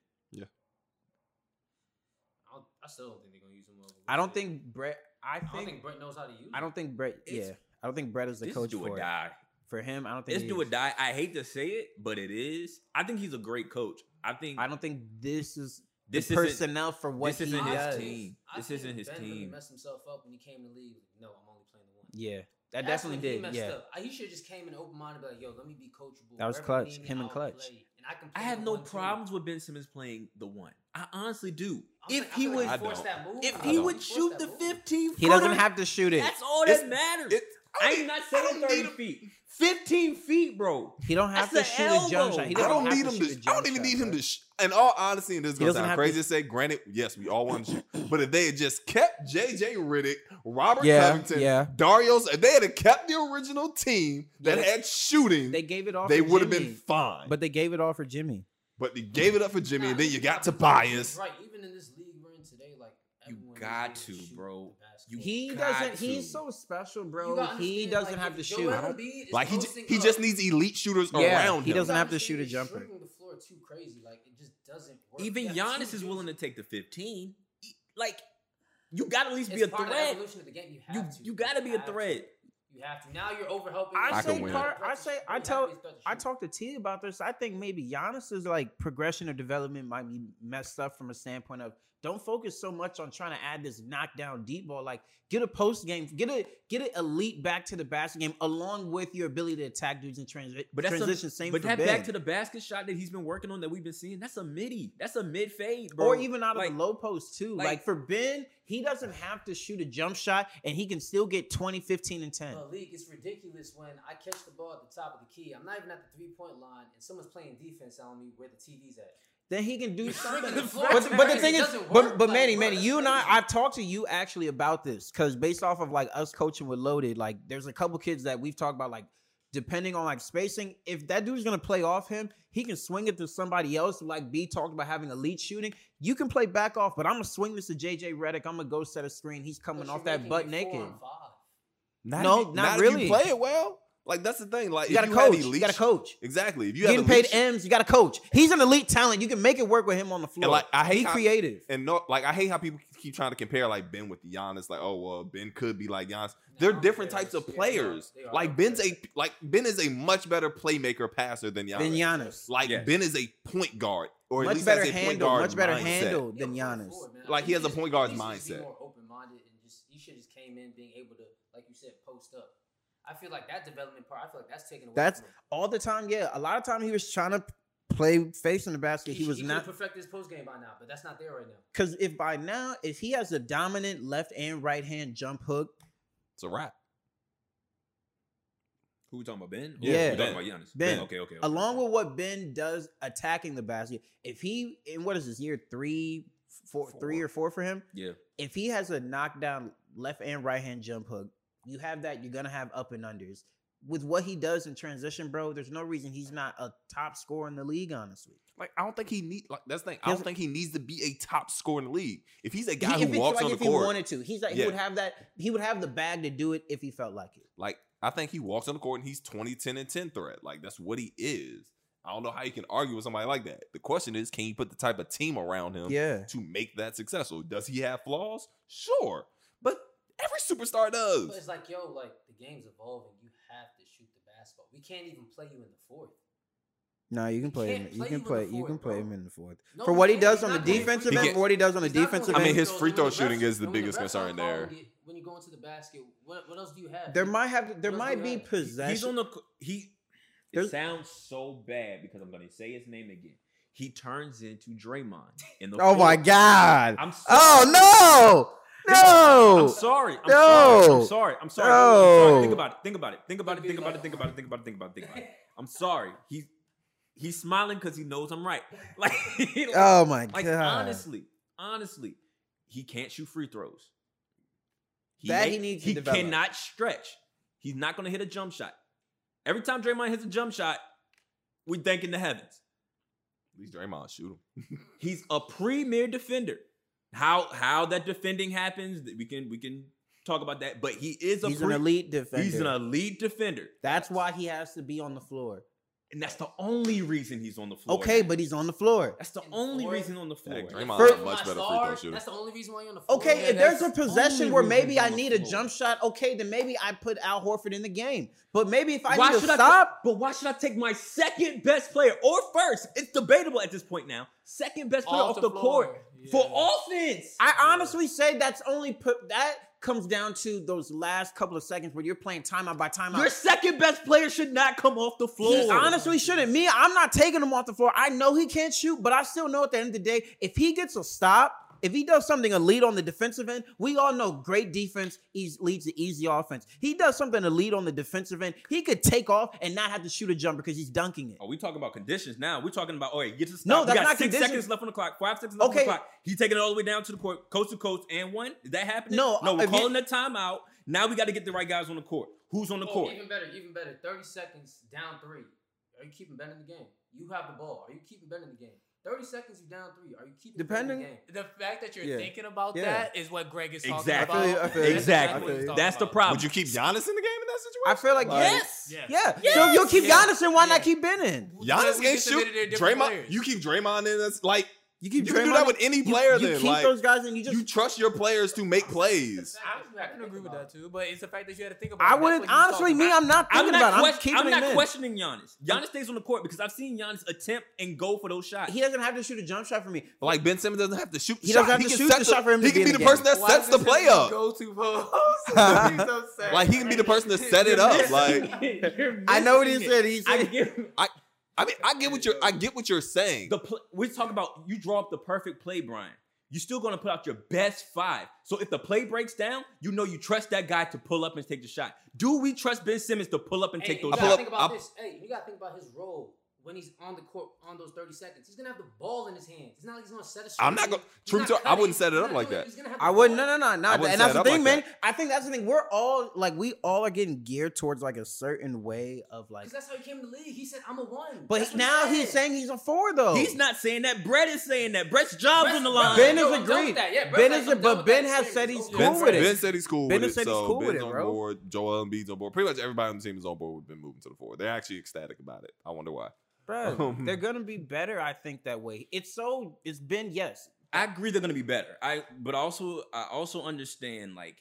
E: I, don't, I still don't think they're gonna use him. over
C: I don't
E: Wiggins.
C: think Brett. I
E: I don't
C: think
E: think Brett knows how to use.
C: I don't think Brett.
B: It's-
C: yeah, I don't think Brett is the
B: This
C: coach
B: do
C: for
B: or
C: it.
B: die.
C: For him, I don't think
B: It's
C: he
B: do or
C: is.
B: die. I hate to say it, but it is. I think he's a great coach. I think
C: I don't think this is
B: this
C: the
B: isn't-
C: personnel for what
B: this
C: he
B: isn't his
C: does.
B: team. This isn't his
E: ben
B: team.
E: Really messed himself up when he came to the league. No, I'm only playing the one.
C: Yeah, That
E: That's
C: definitely
E: when he
C: did.
E: messed
C: Yeah.
E: up. Uh, He should have just came in open minded, like, yo, let me be coachable.
C: That was
E: Wherever
C: clutch.
E: need me,
C: Him and
E: I'll
C: clutch.
E: play. And I, can
B: I
E: play
B: have
E: the
B: no
E: one, two.
B: problems with Ben Simmons playing the one. I honestly do.
E: I'm
B: If
E: like, I
B: he
E: feel
B: would,
E: like
A: I
E: forced
A: don't.
E: that move,
B: if
E: though.
B: he
A: don't.
B: would
E: forced
B: shoot
E: that
B: the
E: move.
B: 15
C: He doesn't
B: footer,
C: have to shoot it.
B: That's all
A: It's-
B: that matters.
A: it- I
B: I'm
A: don't
B: not
A: need- I
B: saying
A: don't
B: 30
A: need him-
B: feet. 15 feet, bro.
C: He don't have to
B: That's
C: shoot
B: an
C: a jump
B: elbow.
C: shot. He
B: I
A: I
C: doesn't
A: don't
C: have
A: need
C: to
A: him to.
C: shoot a
A: sh- I
C: jump
A: don't even
C: shot,
A: need him
C: bro.
A: to. Sh- in all honesty, and this is
C: He
A: gonna
C: doesn't
A: sound
C: have
A: crazy
C: to-
A: to say. Granted, yes, we all want to shoot, but if they had just kept J.J. Riddick, Robert
C: Yeah,
A: Covington,
C: yeah.
A: Dario's, if they had kept the original team that
C: Yeah, they-
A: had shooting,
C: They
A: they,
C: gave it all. for
A: would have been
C: Jimmy,
A: fine. But
C: But they gave it all for Jimmy.
A: but they gave it up for Jimmy,
E: Nah,
A: and then you
E: he's
A: got
E: probably right.
A: Tobias.
E: Right, even in this league we're in today, like
B: You
E: everyone is
B: got
E: able
B: to,
E: shoot
B: bro.
E: the
B: You
E: basketball.
C: He
B: got
C: doesn't.
B: to.
C: He's so special,
E: You
C: bro.
E: gotta
C: He
E: understand,
C: doesn't
E: like,
C: have to
E: if
C: shoot.
E: Joel Embiid is
A: Like he, j-
E: posting
A: he
E: up,
A: just needs elite shooters
C: Yeah,
A: around
C: he
A: him.
C: doesn't
E: you
C: have to
E: understand
C: shoot a
E: he's
C: jumper.
E: shrinking The floor too crazy, like it just doesn't work.
B: Even
E: You have
B: Giannis
E: two
B: is willing to
E: dudes.
B: take the 15. E- Like, you got to at least
E: It's
B: be a
E: part of the
B: threat.
E: evolution of the game. You
B: You,
E: have to.
B: you got to be a
E: have to.
B: threat.
E: You have to. Now you're overhelping.
C: I
A: I say can win.
C: Car- I say- I tell- I talked to T about this. I think maybe Giannis's like progression or development might be messed up from a standpoint of don't focus so much on trying to add this knockdown deep ball. Like get a post game, get a get an elite back to the basket game along with your ability to attack dudes in transi-
B: But that's a-
C: transition. same
B: But
C: for
B: that
C: Ben.
B: back to the basket shot that he's been working on that we've been seeing, that's a midi. That's a mid fade, bro.
C: or even out of
B: like,
C: the low post too. Like,
B: like-
C: for Ben, he doesn't have to shoot a jump shot and he can still get 20, 15, and
B: Oh.
C: 10.
E: The league is ridiculous when I catch the ball at the top of the key. I'm not even at the three point line, and someone's playing defense on me where the TV's at.
C: then he can do
E: You're
C: something.
E: shrinking the floor
C: but,
E: too
C: but the
E: crazy.
C: thing
E: It
C: is,
E: doesn't
C: but,
E: work.
C: but
E: Like,
C: Manny,
E: bro,
C: Manny,
E: that's
C: you and I,
E: crazy.
C: I've talked to you actually about this because based off of like us coaching with Loaded, like there's a couple kids that we've talked about, like depending on like spacing, if that dude's gonna play off him, he can swing it to somebody else. Like B talked about having elite shooting, you can play back off, but I'm gonna swing this to JJ Redick. I'm gonna go set a screen. He's
E: But
C: coming
E: you're
C: off that
E: making
C: butt
E: it
C: naked.
E: four on five.
A: Not
C: No,
A: if you-
C: not
A: if
C: really.
A: You play it well. Like that's the thing. Like
C: You got
A: if
C: to
A: you had
C: coach. You
A: elite-
C: got to coach.
A: Exactly. If you
C: You
A: have
C: getting paid
A: elite-
C: M's. You got to coach. He's an elite talent. You can make it work with him on the floor.
A: And like I hate
C: be
A: how,
C: creative.
A: and no, like I hate how people keep trying to compare like Ben with Giannis. Like, oh well, Ben could be like Giannis. They're
E: No,
A: different
E: they are-
A: types of
E: they are-
A: players.
E: they are
A: Like Ben's a like Ben is a much better playmaker passer than Giannis.
C: Than Giannis.
A: Like
B: Yes.
A: Ben is a point guard, or at
C: Much
A: least
C: better
A: has a point
C: handle.
A: guard
C: Much better
A: mindset.
C: handle
E: Yeah,
C: than
E: going
C: Giannis.
E: forward, man. I
A: Like,
E: think
A: he has a
E: just-
A: point guard's
E: he should just be
A: mindset.
E: More open minded and just you should just came in being able to, like you said, post up. I feel like that development part. I feel like that's taken away.
C: That's-
E: from him.
C: All the time, yeah. A lot of time he was trying to play face in the basket. He
E: should-
C: was
E: he
C: not
E: perfect his post game by now, but that's not there right now.
C: because if by now, if he has a dominant left and right hand jump hook,
A: It's a wrap.
B: Who we talking about, Ben?
C: Yeah.
B: we talking about Giannis.
C: Ben.
B: Okay, okay. okay.
C: along with what Ben does attacking the basket, if he in what is this year three, four, three
A: Four.
C: or four for him,
B: Yeah.
C: if he has a knockdown left and right hand jump hook, you have that. You're gonna have up and unders. With what he does in transition, bro, there's no reason he's not a top scorer in the league. Honestly,
A: Like I don't think he need like that's the thing.
C: He
A: I don't
C: has-
A: think he needs to be a top scorer in the league. If he's a guy
C: He- if
A: who
C: it's
A: walks
C: like
A: on the
C: if
A: court,
C: he wanted to, he's like he
A: Yeah.
C: would have that. He would have the bag to do it if he felt like it.
A: Like I think he walks on the court and he's 20, 10, and 10 threat. Like that's what he is. I don't know how you can argue with somebody like that. The question is, can you put the type of team around him
C: Yeah,
A: to make that successful? Does he have flaws? Sure. But every superstar
E: But it's
A: does.
E: like, yo, like the game's evolving. You have to shoot the basketball. We can't even play you in the fourth.
C: no, you can
E: He
C: play
E: can't
C: him. You
E: play
C: can
E: you in
C: play.
E: the
C: You can
E: fourth,
C: play
E: bro.
C: him in the fourth
E: No,
C: for
E: he
C: what he
E: can't.
C: does
E: He's
C: on the
E: not going
C: defensive
E: free
A: He
C: end,
A: can't-
C: for what he does on the
E: He's not
C: defensive
E: going
A: I mean,
E: free
C: end,
A: his
E: throws.
A: free
E: When
A: throw
E: the refs
A: shooting is the
E: when the
A: biggest
E: refs
A: concern
E: don't
A: there.
E: call you, When you go into the basket, what, what else do you have?
C: there might have there
E: What else do
C: might
E: you
C: be
E: have?
C: possession.
B: He's on the co- he. It
C: There's-
B: sounds so bad because I'm gonna say his name again. He turns into Draymond in the.
C: oh my
B: fourth.
C: god!
B: I'm sorry.
C: Oh no! No!
B: I'm sorry. I'm
C: No.
B: sorry. I'm sorry. I'm sorry. I'm
C: No.
B: sorry. Think about it. Think about it. Think about it. Think about it. Think about it. Think about it. Think about it. Think about it. I'm sorry. He he's smiling because he knows I'm right. Like,
C: Oh my
B: like
C: god!
B: honestly, honestly, he can't shoot free throws.
C: That
B: ain't-
C: he needs to
B: He
C: develop.
B: cannot stretch. He's not going to hit a jump shot. Every time Draymond hits a jump shot, we thank in the heavens.
A: At least Draymond shoot him.
B: He's a premier defender. How how that defending happens, we can we can talk about that. But he is a
C: he's
B: pre-
C: an elite defender.
B: He's an elite defender,
C: That's why he has to be on the floor.
B: and that's the only reason he's on the floor.
C: Okay, but he's on the floor.
B: that's the
E: And
B: only
E: Floyd-
B: reason on the floor.
A: Yeah, Draymond's
C: For-
A: a much better free throw shooter.
E: That's the only reason why you're on the floor.
C: Okay,
E: man.
C: if there's a
E: That's-
C: possession
B: only
C: where
B: reason
C: maybe
B: he's
C: I
B: on the
C: need a
B: floor.
C: jump shot, okay, then maybe I put Al Horford in the game. But maybe if I
B: why
C: need to
B: should I
C: stop,
B: but why should I take my second best player or first? It's debatable at this point now. Second best player
E: Off
B: off,
E: the
B: the, court
E: floor.
B: for
E: Yeah.
B: offense.
C: I honestly say that's only put that comes down to those last couple of seconds where you're playing timeout by timeout.
B: Your second best player should not come off the floor.
C: He honestly shouldn't. Me, I'm not taking him off the floor. I know he can't shoot, but I still know at the end of the day, if he gets a stop, if he does something elite on the defensive end, we all know great defense eas- leads to easy offense. He does something elite on the defensive end, he could take off and not have to shoot a jumper because he's dunking it.
B: Are we talking about conditions now? We're talking
C: oh,
B: about, all right, get to the stop.
C: No,
B: We
C: that's
B: got
C: not
B: six
C: conditions.
B: seconds left on the clock, five seconds left
C: Okay.
B: on the clock. He's taking it all the way down to the court, coast to coast, and one. Is that happening?
C: No,
B: No, we're
C: if you-
B: calling the timeout. Now we got to get the right guys on the court. Who's on the
E: Oh,
B: court?
E: even better, even better. Thirty seconds down three. Are you keeping Ben in the game? You have the ball. Are you keeping Ben in the game? Thirty seconds you down three. Are you keeping Ben
C: Depending-
E: in the
D: The
E: game?
D: fact that you're
G: Yeah.
D: thinking about
G: Yeah.
D: that is what Greg is talking
B: Exactly.
D: about.
G: I feel you, I feel you.
D: That's
B: Exactly.
G: I
D: what he's
G: feel you.
D: talking
B: That's the
D: about.
B: problem.
A: Would you keep Giannis in the game in that situation?
C: I feel like,
G: Like-
C: yes.
D: Yes.
C: Yeah. So if you'll keep
D: Yes.
C: Giannis in, why
D: Yeah.
C: not keep Ben in?
D: Because
A: Giannis
D: we
A: can't
D: just admitted they're
A: shoot.
D: different
A: Draymond,
D: players.
A: you keep Draymond in. That's like
C: You
A: you
C: keep
A: can do
C: Draymond
A: that
C: in.
A: with any
C: You-
A: player.
C: you
A: then
C: keep
A: like
C: those guys in. You just
A: you trust your players to make plays.
D: I, I can agree with that too, but it's the fact that you had to think about. it.
C: I
D: That's what
C: wouldn't
D: he was
C: honestly.
D: talking
C: Me,
D: about.
C: I'm not
B: I'm
C: thinking
B: not,
C: about. It. I'm
B: question-
C: keeping
B: I'm
C: him
B: not
C: in.
B: questioning Giannis. Giannis stays on the court because I've seen Giannis attempt and go for those shots.
C: He doesn't have to shoot a jump shot for me.
A: But, Like Ben Simmons doesn't have to shoot. The
C: He
A: shot.
C: doesn't have to
A: can
C: shoot
A: set
C: the shot for him to
A: He can
C: be
A: be
C: in
A: the
C: the
A: person
C: game.
A: that sets the play up.
D: Go to pose. He's upset.
A: Like he can be the person to set it up. Like
C: I know what he said. He
B: I
C: said,
B: give
A: I mean, I get what you're. I get what you're saying.
B: the pl- we're talking about you draw up the perfect play, Brian. You're still gonna put out your best five. So if the play breaks down, you know you trust that guy to pull up and take the shot. Do we trust Ben Simmons to pull up and
E: Hey,
B: take
E: you
B: those
E: gotta
A: pull
B: shots?
A: up-
E: think about
A: I-
E: this. Hey, you gotta think about his role when he's on the court on those thirty seconds. He's gonna have the ball in his hands. It's not like he's gonna set a shot.
A: I'm not gonna-
E: He's
A: truth
E: not
A: to- I
E: cutting.
A: wouldn't set it
E: He's
A: up
E: not
A: like
E: doing
A: that.
E: He's gonna have
C: I
E: the
C: wouldn't. No,
E: ball.
C: no, no,
A: I
C: not.
A: wouldn't
C: That. And
A: set
C: that's
A: it
C: the
A: up
C: thing,
A: like
C: man. I think that's the thing. We're all like, we all are getting geared towards like a certain way of like.
E: 'Cause that's how he came to the league. He said, "I'm a one."
C: But
E: That's
C: he-
E: what he
C: now
E: said.
C: he's saying he's a four though.
B: He's not saying that. Brett is saying that. Brett's job's
E: Brett's-
B: on the line.
C: Ben
E: Yo,
C: has
E: I'm done
C: agreed.
E: with that. Yeah, Brett's
C: ben
E: like,
C: is,
E: I'm done
C: but
E: with
C: Ben
E: that
C: has
E: series.
C: said he's
E: Over.
C: cool
A: ben,
C: with
A: ben
C: it.
A: said he's cool
C: Ben
A: with
C: said
A: it.
C: he's
A: So
C: cool with
A: Ben's
C: it,
A: on
C: bro.
A: board. Joel Embiid's on board. Pretty much everybody on the team is on board with Ben moving to the four. They're actually ecstatic about it. I wonder why.
C: Bro,
A: Um,
C: they're gonna be better, I think, that way. It's so. It's Ben. Yes.
B: I agree they're gonna be better. I but also I also understand like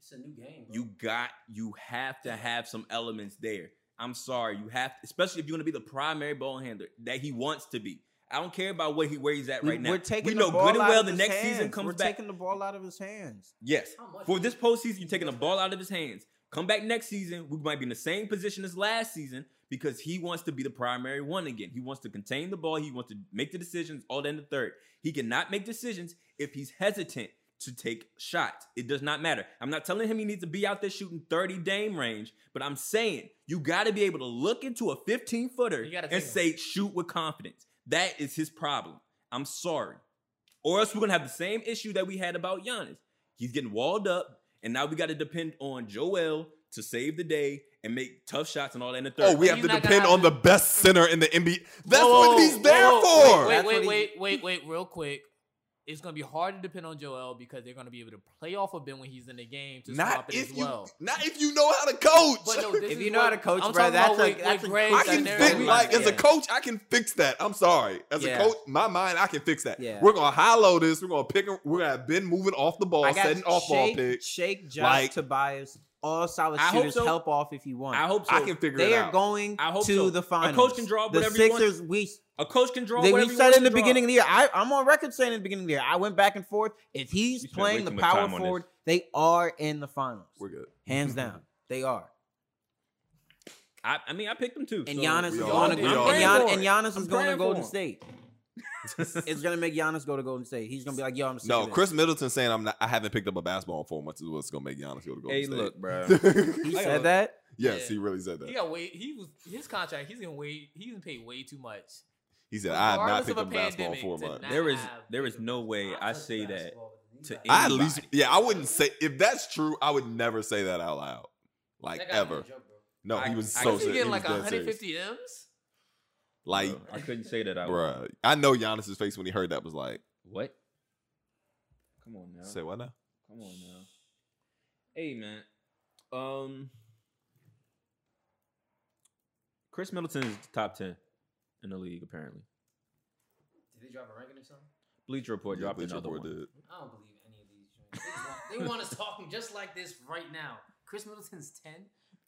E: It's a new game. bro.
B: you got you have to have some elements there. I'm sorry, you have especially if you're gonna be the primary ball handler that he wants to be. I don't care about what he where he's at
C: We-
B: right now.
C: We're taking
B: we
C: the
B: know
C: ball
B: good and
C: out
B: well
C: of
B: the
C: his
B: next
C: hands.
B: season comes
C: We're
B: back.
C: taking the ball out of his hands.
B: Yes.
E: How much?
B: For this postseason, you're taking the ball out of his hands. Come back next season, we might be in the same position as last season because he wants to be the primary one again. He wants to contain the ball. He wants to make the decisions all in the third. He cannot make decisions if he's hesitant to take shots. It does not matter. I'm not telling him he needs to be out there shooting 30 dame range, but I'm saying you got to be able to look into a 15 footer
D: You gotta take
B: and
D: 'em.
B: say, shoot with confidence. That is his problem. I'm sorry. Or else we're going to have the same issue that we had about Giannis. He's getting walled up, and now we got to depend on Joel to save the day and make tough shots and all that in the third.
A: Oh, we have
D: He's
A: to
D: not gonna
A: depend
D: have
A: on
D: to-
A: the best center in the NBA. That's
D: Whoa, whoa,
A: what he's
D: whoa,
A: there
D: whoa,
A: for.
D: Wait,
C: That's
D: wait,
C: what
D: wait, wait, wait, real quick. It's gonna be hard to depend on Joel because they're gonna be able to play off of Ben when he's in the game to
A: not
D: stop it
A: if
D: as
A: you,
D: well.
A: not if you know how to coach.
D: But no, this
C: If
D: is
C: you know
D: what-
C: how to coach,
D: I'm
C: bro,
D: talking
C: that's
D: about
C: a-
D: with-
C: that's
D: with
C: a-
D: Gray's
A: I can
C: Exactly.
A: fix
D: scenario.
A: like as a
D: Yeah.
A: coach, I can fix that. I'm sorry. As
C: Yeah.
A: a coach, my mind, I can fix that.
C: Yeah.
A: We're gonna high low this. We're gonna pick. him- We're gonna have Ben moving off the ball,
C: I got
A: setting off ball
C: shake,
A: picks.
C: Shake, Josh,
A: Like-
C: Tobias, all solid
B: I hope
C: shooters.
B: so.
C: Help off if you want.
B: I hope so.
A: I can figure
C: they
A: it
C: are
A: out.
C: going
B: I hope
C: to
B: so.
C: the
B: A
C: finals.
B: coach can draw up
C: the
B: whatever he wants.
C: Sixers, we
B: a coach can draw
C: they,
B: whatever
C: we
B: he
C: said
B: wants
C: in the
B: to draw.
C: beginning of the year. I, I'm on record saying in the beginning of the year, I went back and forth. If he's
B: We spent way
C: playing
B: too
C: the
B: much
C: power
B: time on
C: forward, they are in the finals,
A: We're good.
C: hands down. They are.
B: I, I mean, I picked him too.
C: And
B: so-
C: Giannis is
A: We
C: going
A: are-
C: to
A: we are-
C: and, Gian,
B: I'm
C: and Giannis
B: praying
C: is going to
B: for
C: Golden
B: him.
C: State. it's gonna make Giannis go to Golden State. He's gonna be like, "Yo, I'm sick
A: No,
C: of
A: Chris Middleton saying I'm not. I haven't picked up a basketball in four months is what's gonna make Giannis go to Golden
B: Hey,
A: State.
B: look, bro.
C: This. He
B: I
C: said
B: gotta-
C: that.
A: yes,
D: Yeah.
A: he really said
D: He
A: that.
D: got way. He was his contract. He's gonna wait. He's gonna pay way too much.
A: He said I have not
D: Regardless
A: picked
D: of
A: up
D: a
A: basketball in
D: pandemic,
A: four
D: to
A: months.
D: not-
B: there is
D: Nah,
B: there is no way I say that. to
A: I at
B: anybody.
A: least, yeah, I wouldn't say if that's true. I would never say that out loud, like ever. No,
B: I-
A: he was
B: I-
A: so
D: Was he
A: serious.
D: getting
A: He was
D: like
A: dead serious.
D: 150 m's?
A: Like,
B: Bro, I couldn't say that. I
A: bruh, I know Giannis's face when he heard that was like,
B: what? Come on now.
A: "Say what now?"
B: Come on now. Hey man. Um Chris Middleton is top ten in the league, apparently.
E: Did they drop a ranking or something?
B: Bleacher Report dropped
A: Bleacher
B: another
A: Report
B: one.
A: did.
E: I don't believe any of these. joints. They just want- They want us talking just like this right now. Chris Middleton's ten.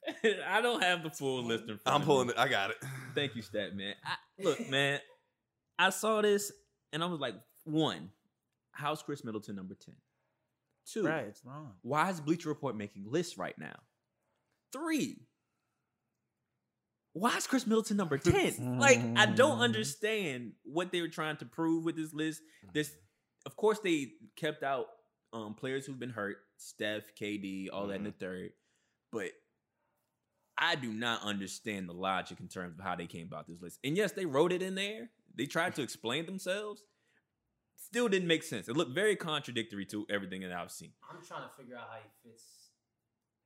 B: I don't have the full list in front
A: I'm
B: of
A: pulling
B: me.
A: it. I got it.
B: Thank you, Stat Man. I, look, man, I saw this and I was like, one, how's Chris Middleton number 10? Two,
C: Right, it's wrong.
B: why is Bleacher Report making lists right now? Three, why is Chris Middleton number 10? like, I don't understand what they were trying to prove with this list. This, of course, they kept out um, players who've been hurt, Steph, KD, all that in the third. But I do not understand the logic in terms of how they came about this list. And yes, they wrote it in there. They tried to explain themselves. Still didn't make sense. It looked very contradictory to everything that I've seen.
E: I'm trying to figure out how he fits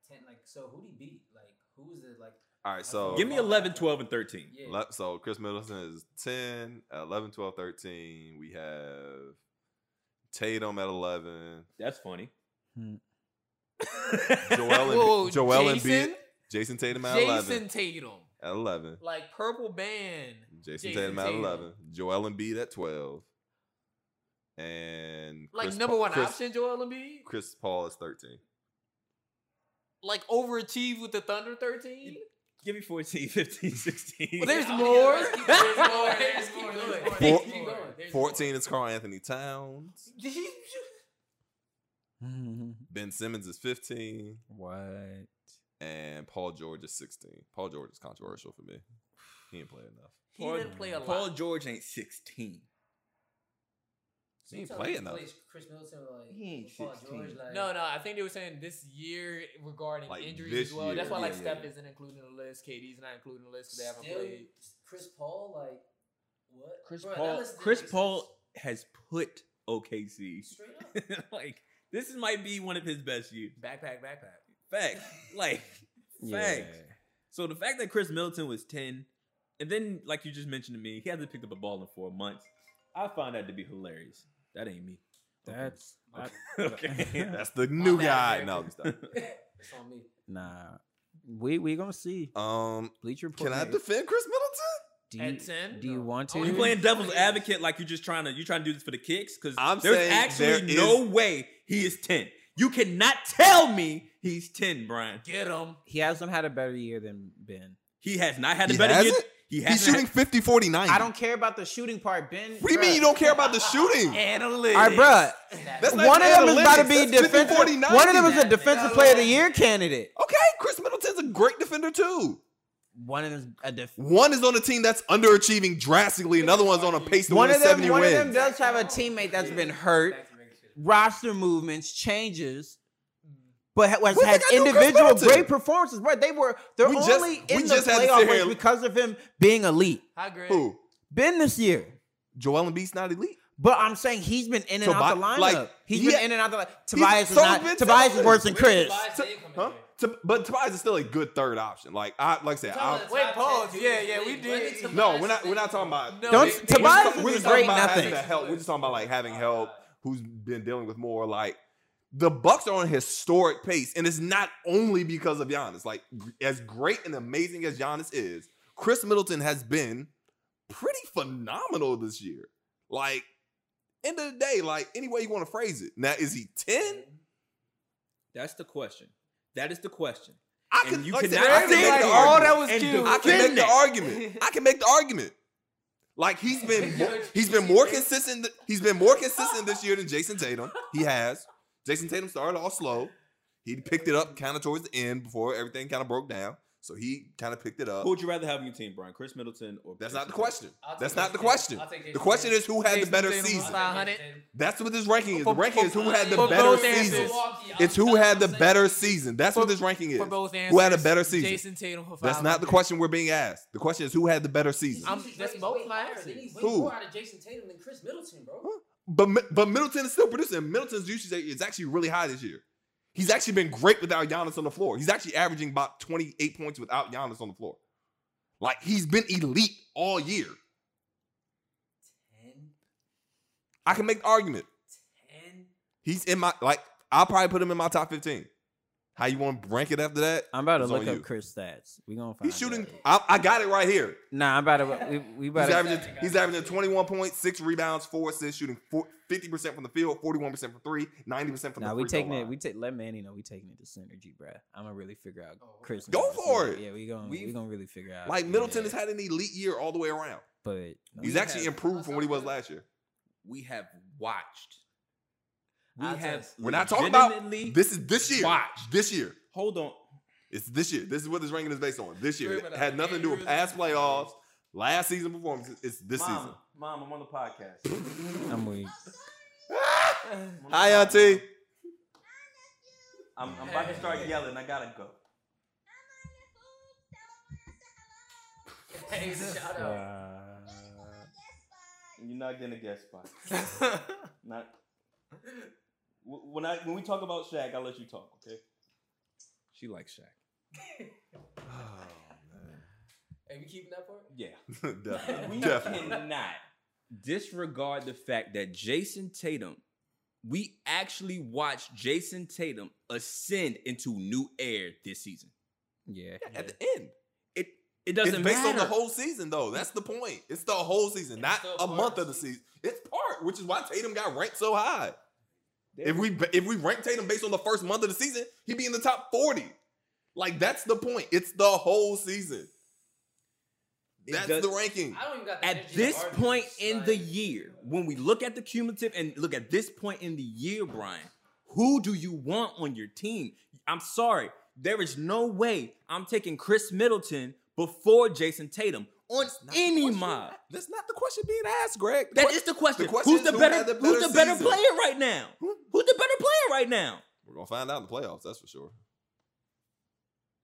E: ten. Like, so who do he beat? Like, who was it? Like,
A: All right, so
B: Give me 11, 12, and 13.
E: yeah,
A: Le- so Chris Middleton is 10, 11, 12, 13. We have Tatum at 11.
B: That's funny.
C: Hmm.
A: Joel and
D: Whoa,
A: Joel and
D: Jason,
A: Jason Tatum at 11.
D: Jason Tatum,
A: At 11.
D: like Purple Band.
A: Jason,
D: Jason
A: Tatum at
D: Tatum.
A: 11. Joel Embiid at 12. And
D: Like
A: Chris
D: number
A: Pa-
D: one
A: Chris,
D: option, Joel Embiid.
A: Chris Paul is 13.
D: Like overachieved with the Thunder 13.
B: Give me 14, 15, 16.
D: Well, there's
E: Yeah,
D: more.
E: let's keep going,
D: There's more.
E: there's
D: There's
E: more,
D: more.
E: there's more,
D: There's
A: Four-
E: keep
D: more.
E: going, there's more.
A: 14 is Carl Anthony Towns. Ben Simmons is 15.
C: what?
A: And Paul George is 16. Paul George is controversial for me. He didn't play enough.
D: He didn't play a lot.
B: Paul George ain't 16.
E: So you
A: He ain't
E: telling me
A: play
E: he
A: enough.
E: plays Chris Middleton with, like
B: He ain't
E: Paul
B: 16.
E: George, like,
D: No, no, I think they were saying this year regarding
A: Like,
D: injuries
A: this
D: as well. That's
A: year.
D: why like
A: Yeah,
D: Steph
A: yeah.
D: isn't included in the list. KD's not included in the list 'cause they haven't
E: Still,
D: played.
E: Chris Paul, like what?
B: Chris
E: Bruh, that
B: Paul.
E: list didn't
B: Chris
E: make sense.
B: Paul has put OKC.
E: Straight up.
B: like, this is- might be one of his best years.
D: Backpack, backpack.
B: Fact. Like, fact. So the fact that Chris Middleton was 10, and then, like you just mentioned to me, he hasn't picked up a ball in four months. I found that to be hilarious. That ain't me. Okay.
C: That's I-
B: okay.
A: That's the new
D: bad,
A: guy. No, I'm just
E: It's on me.
C: nah. We we gonna see.
A: Um,
C: Bleacher Report.
A: can I
C: may-
A: defend Chris Middleton?
C: do
D: At
C: you,
D: 10?
C: Do you want to?
E: Oh,
B: Are you playing devil's advocate like you're just trying to you trying to do this for the kicks? Because
A: I'm
B: there's
A: saying
B: actually
A: there
B: no way he is ten. You cannot tell me he's ten, Brian.
D: Get him.
C: he hasn't had a better year than Ben.
B: He has not had a
A: He
B: better year.
A: hasn't?
B: He
A: He's
B: has
A: shooting 50 49.
C: I don't care about the shooting part, Ben.
A: What do you mean you don't care about the shooting?
D: Analytics.
C: All right, bruh.
A: That's not
C: One of them is about to
A: analytics.
C: be
A: That's 50,
C: defensive.
A: 40,
C: One of them is a
A: 90.
C: defensive player of the year candidate.
A: Okay, Chris Middleton's a great defender too.
C: One of them's a def-
A: One is on a team that's underachieving drastically. Another one's on a pace to
C: One
A: win
C: of them.
A: 70
C: One
A: wins.
C: of them does have a teammate that's been hurt.
E: Back to regular season.
C: roster movements, changes, but ha- has
A: What
C: had
A: they gotta do with Chris
C: individual
A: Middleton?
C: great performances. Right? They were they're
A: We just-
C: only
A: we
C: in the
A: just had to sit here
C: playoff race
A: and-
C: because of him being elite.
D: Hi, Greg.
A: Who?
C: Been this year,
A: Joel Embiid's not elite.
C: but I'm saying he's been in and out the
A: Tobi-
C: lineup.
A: like,
C: he's
A: yeah.
C: been in and out the lineup. Tobias is
A: so
C: not.
A: been
C: Tobias is
A: talented.
C: worse than
E: Where's
C: Chris.
E: Tobias
A: To-
E: Dane coming
A: huh?
E: in?
A: To- but Tobias is still a good third option. Like I, like I said,
E: Talking
A: I,
E: about the
D: Wait,
E: top ten
D: pause.
E: dudes
D: Yeah,
E: in the
D: yeah,
E: league.
D: we
E: When
D: did-
E: Tobias
A: no, we're not.
E: Dane
A: We're not talking
E: come in?
A: about.
D: No,
C: Don't-
D: they- they-
C: Tobias
A: we're
C: is
A: just
C: a
A: talking
C: great
A: about having
C: nothing.
A: the help. We're just talking about like having help. Who's been dealing with more like the Bucks are on a historic pace, and it's not only because of Giannis. Like gr- as great and amazing as Giannis is, Chris Middleton has been pretty phenomenal this year. Like end of the day, like any way you want to phrase it. Now is he ten?
B: That's the question. That is the question.
A: I
B: And
A: can.
B: you
A: Like I said,
B: cannot
A: I can
B: say
A: make the
B: that.
A: argument.
D: that was
B: And
D: cute.
A: I can make
B: Defend
A: the
B: that.
A: argument. I can make the argument. Like he's been mo- he's been more consistent. th- He's been more consistent this year than Jason Tatum. He has. Jason Tatum started off slow. He picked it up kind of towards the end before everything kind of broke down. So he kind of picked it up.
B: Who would you rather have on your team, Brian? Chris Middleton or
A: That's
B: Jason
A: not
B: Tatum?
A: the question.
E: I'll take
A: That's not the
E: Jason Tatum.
A: question.
E: I'll take
A: The
E: Jason
A: question
E: Tatum.
A: is who had the
D: Jason
A: better
D: Tatum.
A: season.
D: Five hundred.
A: That's what this ranking is. The
D: For-
A: ranking is
D: for-
A: who had the
D: for
A: better
D: both
A: season.
D: answers.
E: Milwaukee, I'll
A: It's who
E: tell
A: had
E: you
A: the
E: I'm
A: better
E: saying.
A: season. That's what this ranking is.
D: For both answers.
A: Who had a better season?
D: Jason Tatum for
A: That's not the
D: 500.
A: question we're being asked. The question is who had the better season.
D: I'm-
E: Usage
D: that's
E: rate is
D: both
E: way higher. They need
D: classes.
E: way
A: Who?
E: more out of Jason Tatum than Chris Middleton, bro.
A: But Mi- but Middleton is still producing. Middleton's usage rate is actually really high this year. He's actually been great without Giannis on the floor. He's actually averaging about 28 points without Giannis on the floor. Like he's been elite all year.
E: Ten,
A: I can make the argument.
E: ten.
A: He's in my like I'll probably put him in my top 15. How you want to rank it after that?
C: I'm about to
A: It's
C: look
A: on
C: up
A: you.
C: Chris stats. We gonna find.
A: He's shooting.
C: out.
A: I, I got it right here.
C: Nah, I'm about to. We, we
A: He's
C: about to.
A: averaging, he's averaging 21 points, six rebounds, four assists, shooting four- 50% from the field, 41% from three, 90% from
C: Nah,
A: the free
C: we
A: throw
C: taking it.
A: line.
C: We take. Let Manny know we taking it to synergy, bruh. I'm gonna really figure out
E: Oh, okay.
C: Chris.
A: Go
C: Middleton.
A: for it.
C: Yeah, we gonna we,
A: We've-
C: gonna really figure out.
A: like Middleton
C: yeah,
A: has had an elite year all the way around.
C: But
A: He's
B: We
A: actually
B: have-
A: improved from what he was last year.
B: We have watched
F: We
D: I'll
F: have.
D: test.
A: We're not talking about-
F: legitimately-
A: This is this year.
F: Watch.
A: This year.
F: Hold on.
A: It's this year. This is what this ranking is based on. This year.
D: Wait,
A: It
D: but, uh,
A: had nothing to do with
D: Andrews-
A: past playoffs, last season performances. It's this
F: mom,
A: season.
F: Mom, I'm on the podcast.
C: I'm weak.
A: Hi, Auntie.
F: I'm, I'm about to start yelling. I gotta go.
E: Hey, shout out.
F: You're not getting a guest spot. Not. Wh- When I when we talk about Shaq, I'll let you talk. Okay. She likes Shaq.
E: Hey, we keeping that part?
F: Yeah.
A: Definitely.
F: we
A: Definitely.
F: cannot disregard the fact that Jason Tatum, we actually watched Jason Tatum ascend into new air this season.
C: Yeah.
A: At the end.
F: It it
A: It's
F: doesn't
A: based
F: matter.
A: on the whole season, though. That's the point. It's the whole season, not
E: still
A: a
E: part
A: month
E: of
A: of
E: the
A: the season. It's part, which is why Tatum got ranked so high. If we if we rank Tatum based on the first month of the season, he'd be in the top forty. Like that's the point. It's the whole season. That's
F: does-
A: the ranking.
E: I don't even got the
F: at
E: energy to
F: this
E: argue
F: point
E: with
F: in
E: Sly.
F: the year, when we look at the cumulative and look at this point in the year, Brian, who do you want on your team? I'm sorry, there is no way I'm taking Chris Middleton before Jason Tatum on
A: not the
F: any
A: question.
F: mob.
A: That's not the question being asked, Greg.
F: That is the question.
A: the question
F: who's
A: is
F: the
A: who
F: better,
A: had the
F: Who's
A: better
F: the better
A: season?
F: player right now? Who's the better player right now?
A: We're gonna find out in the playoffs. That's for sure.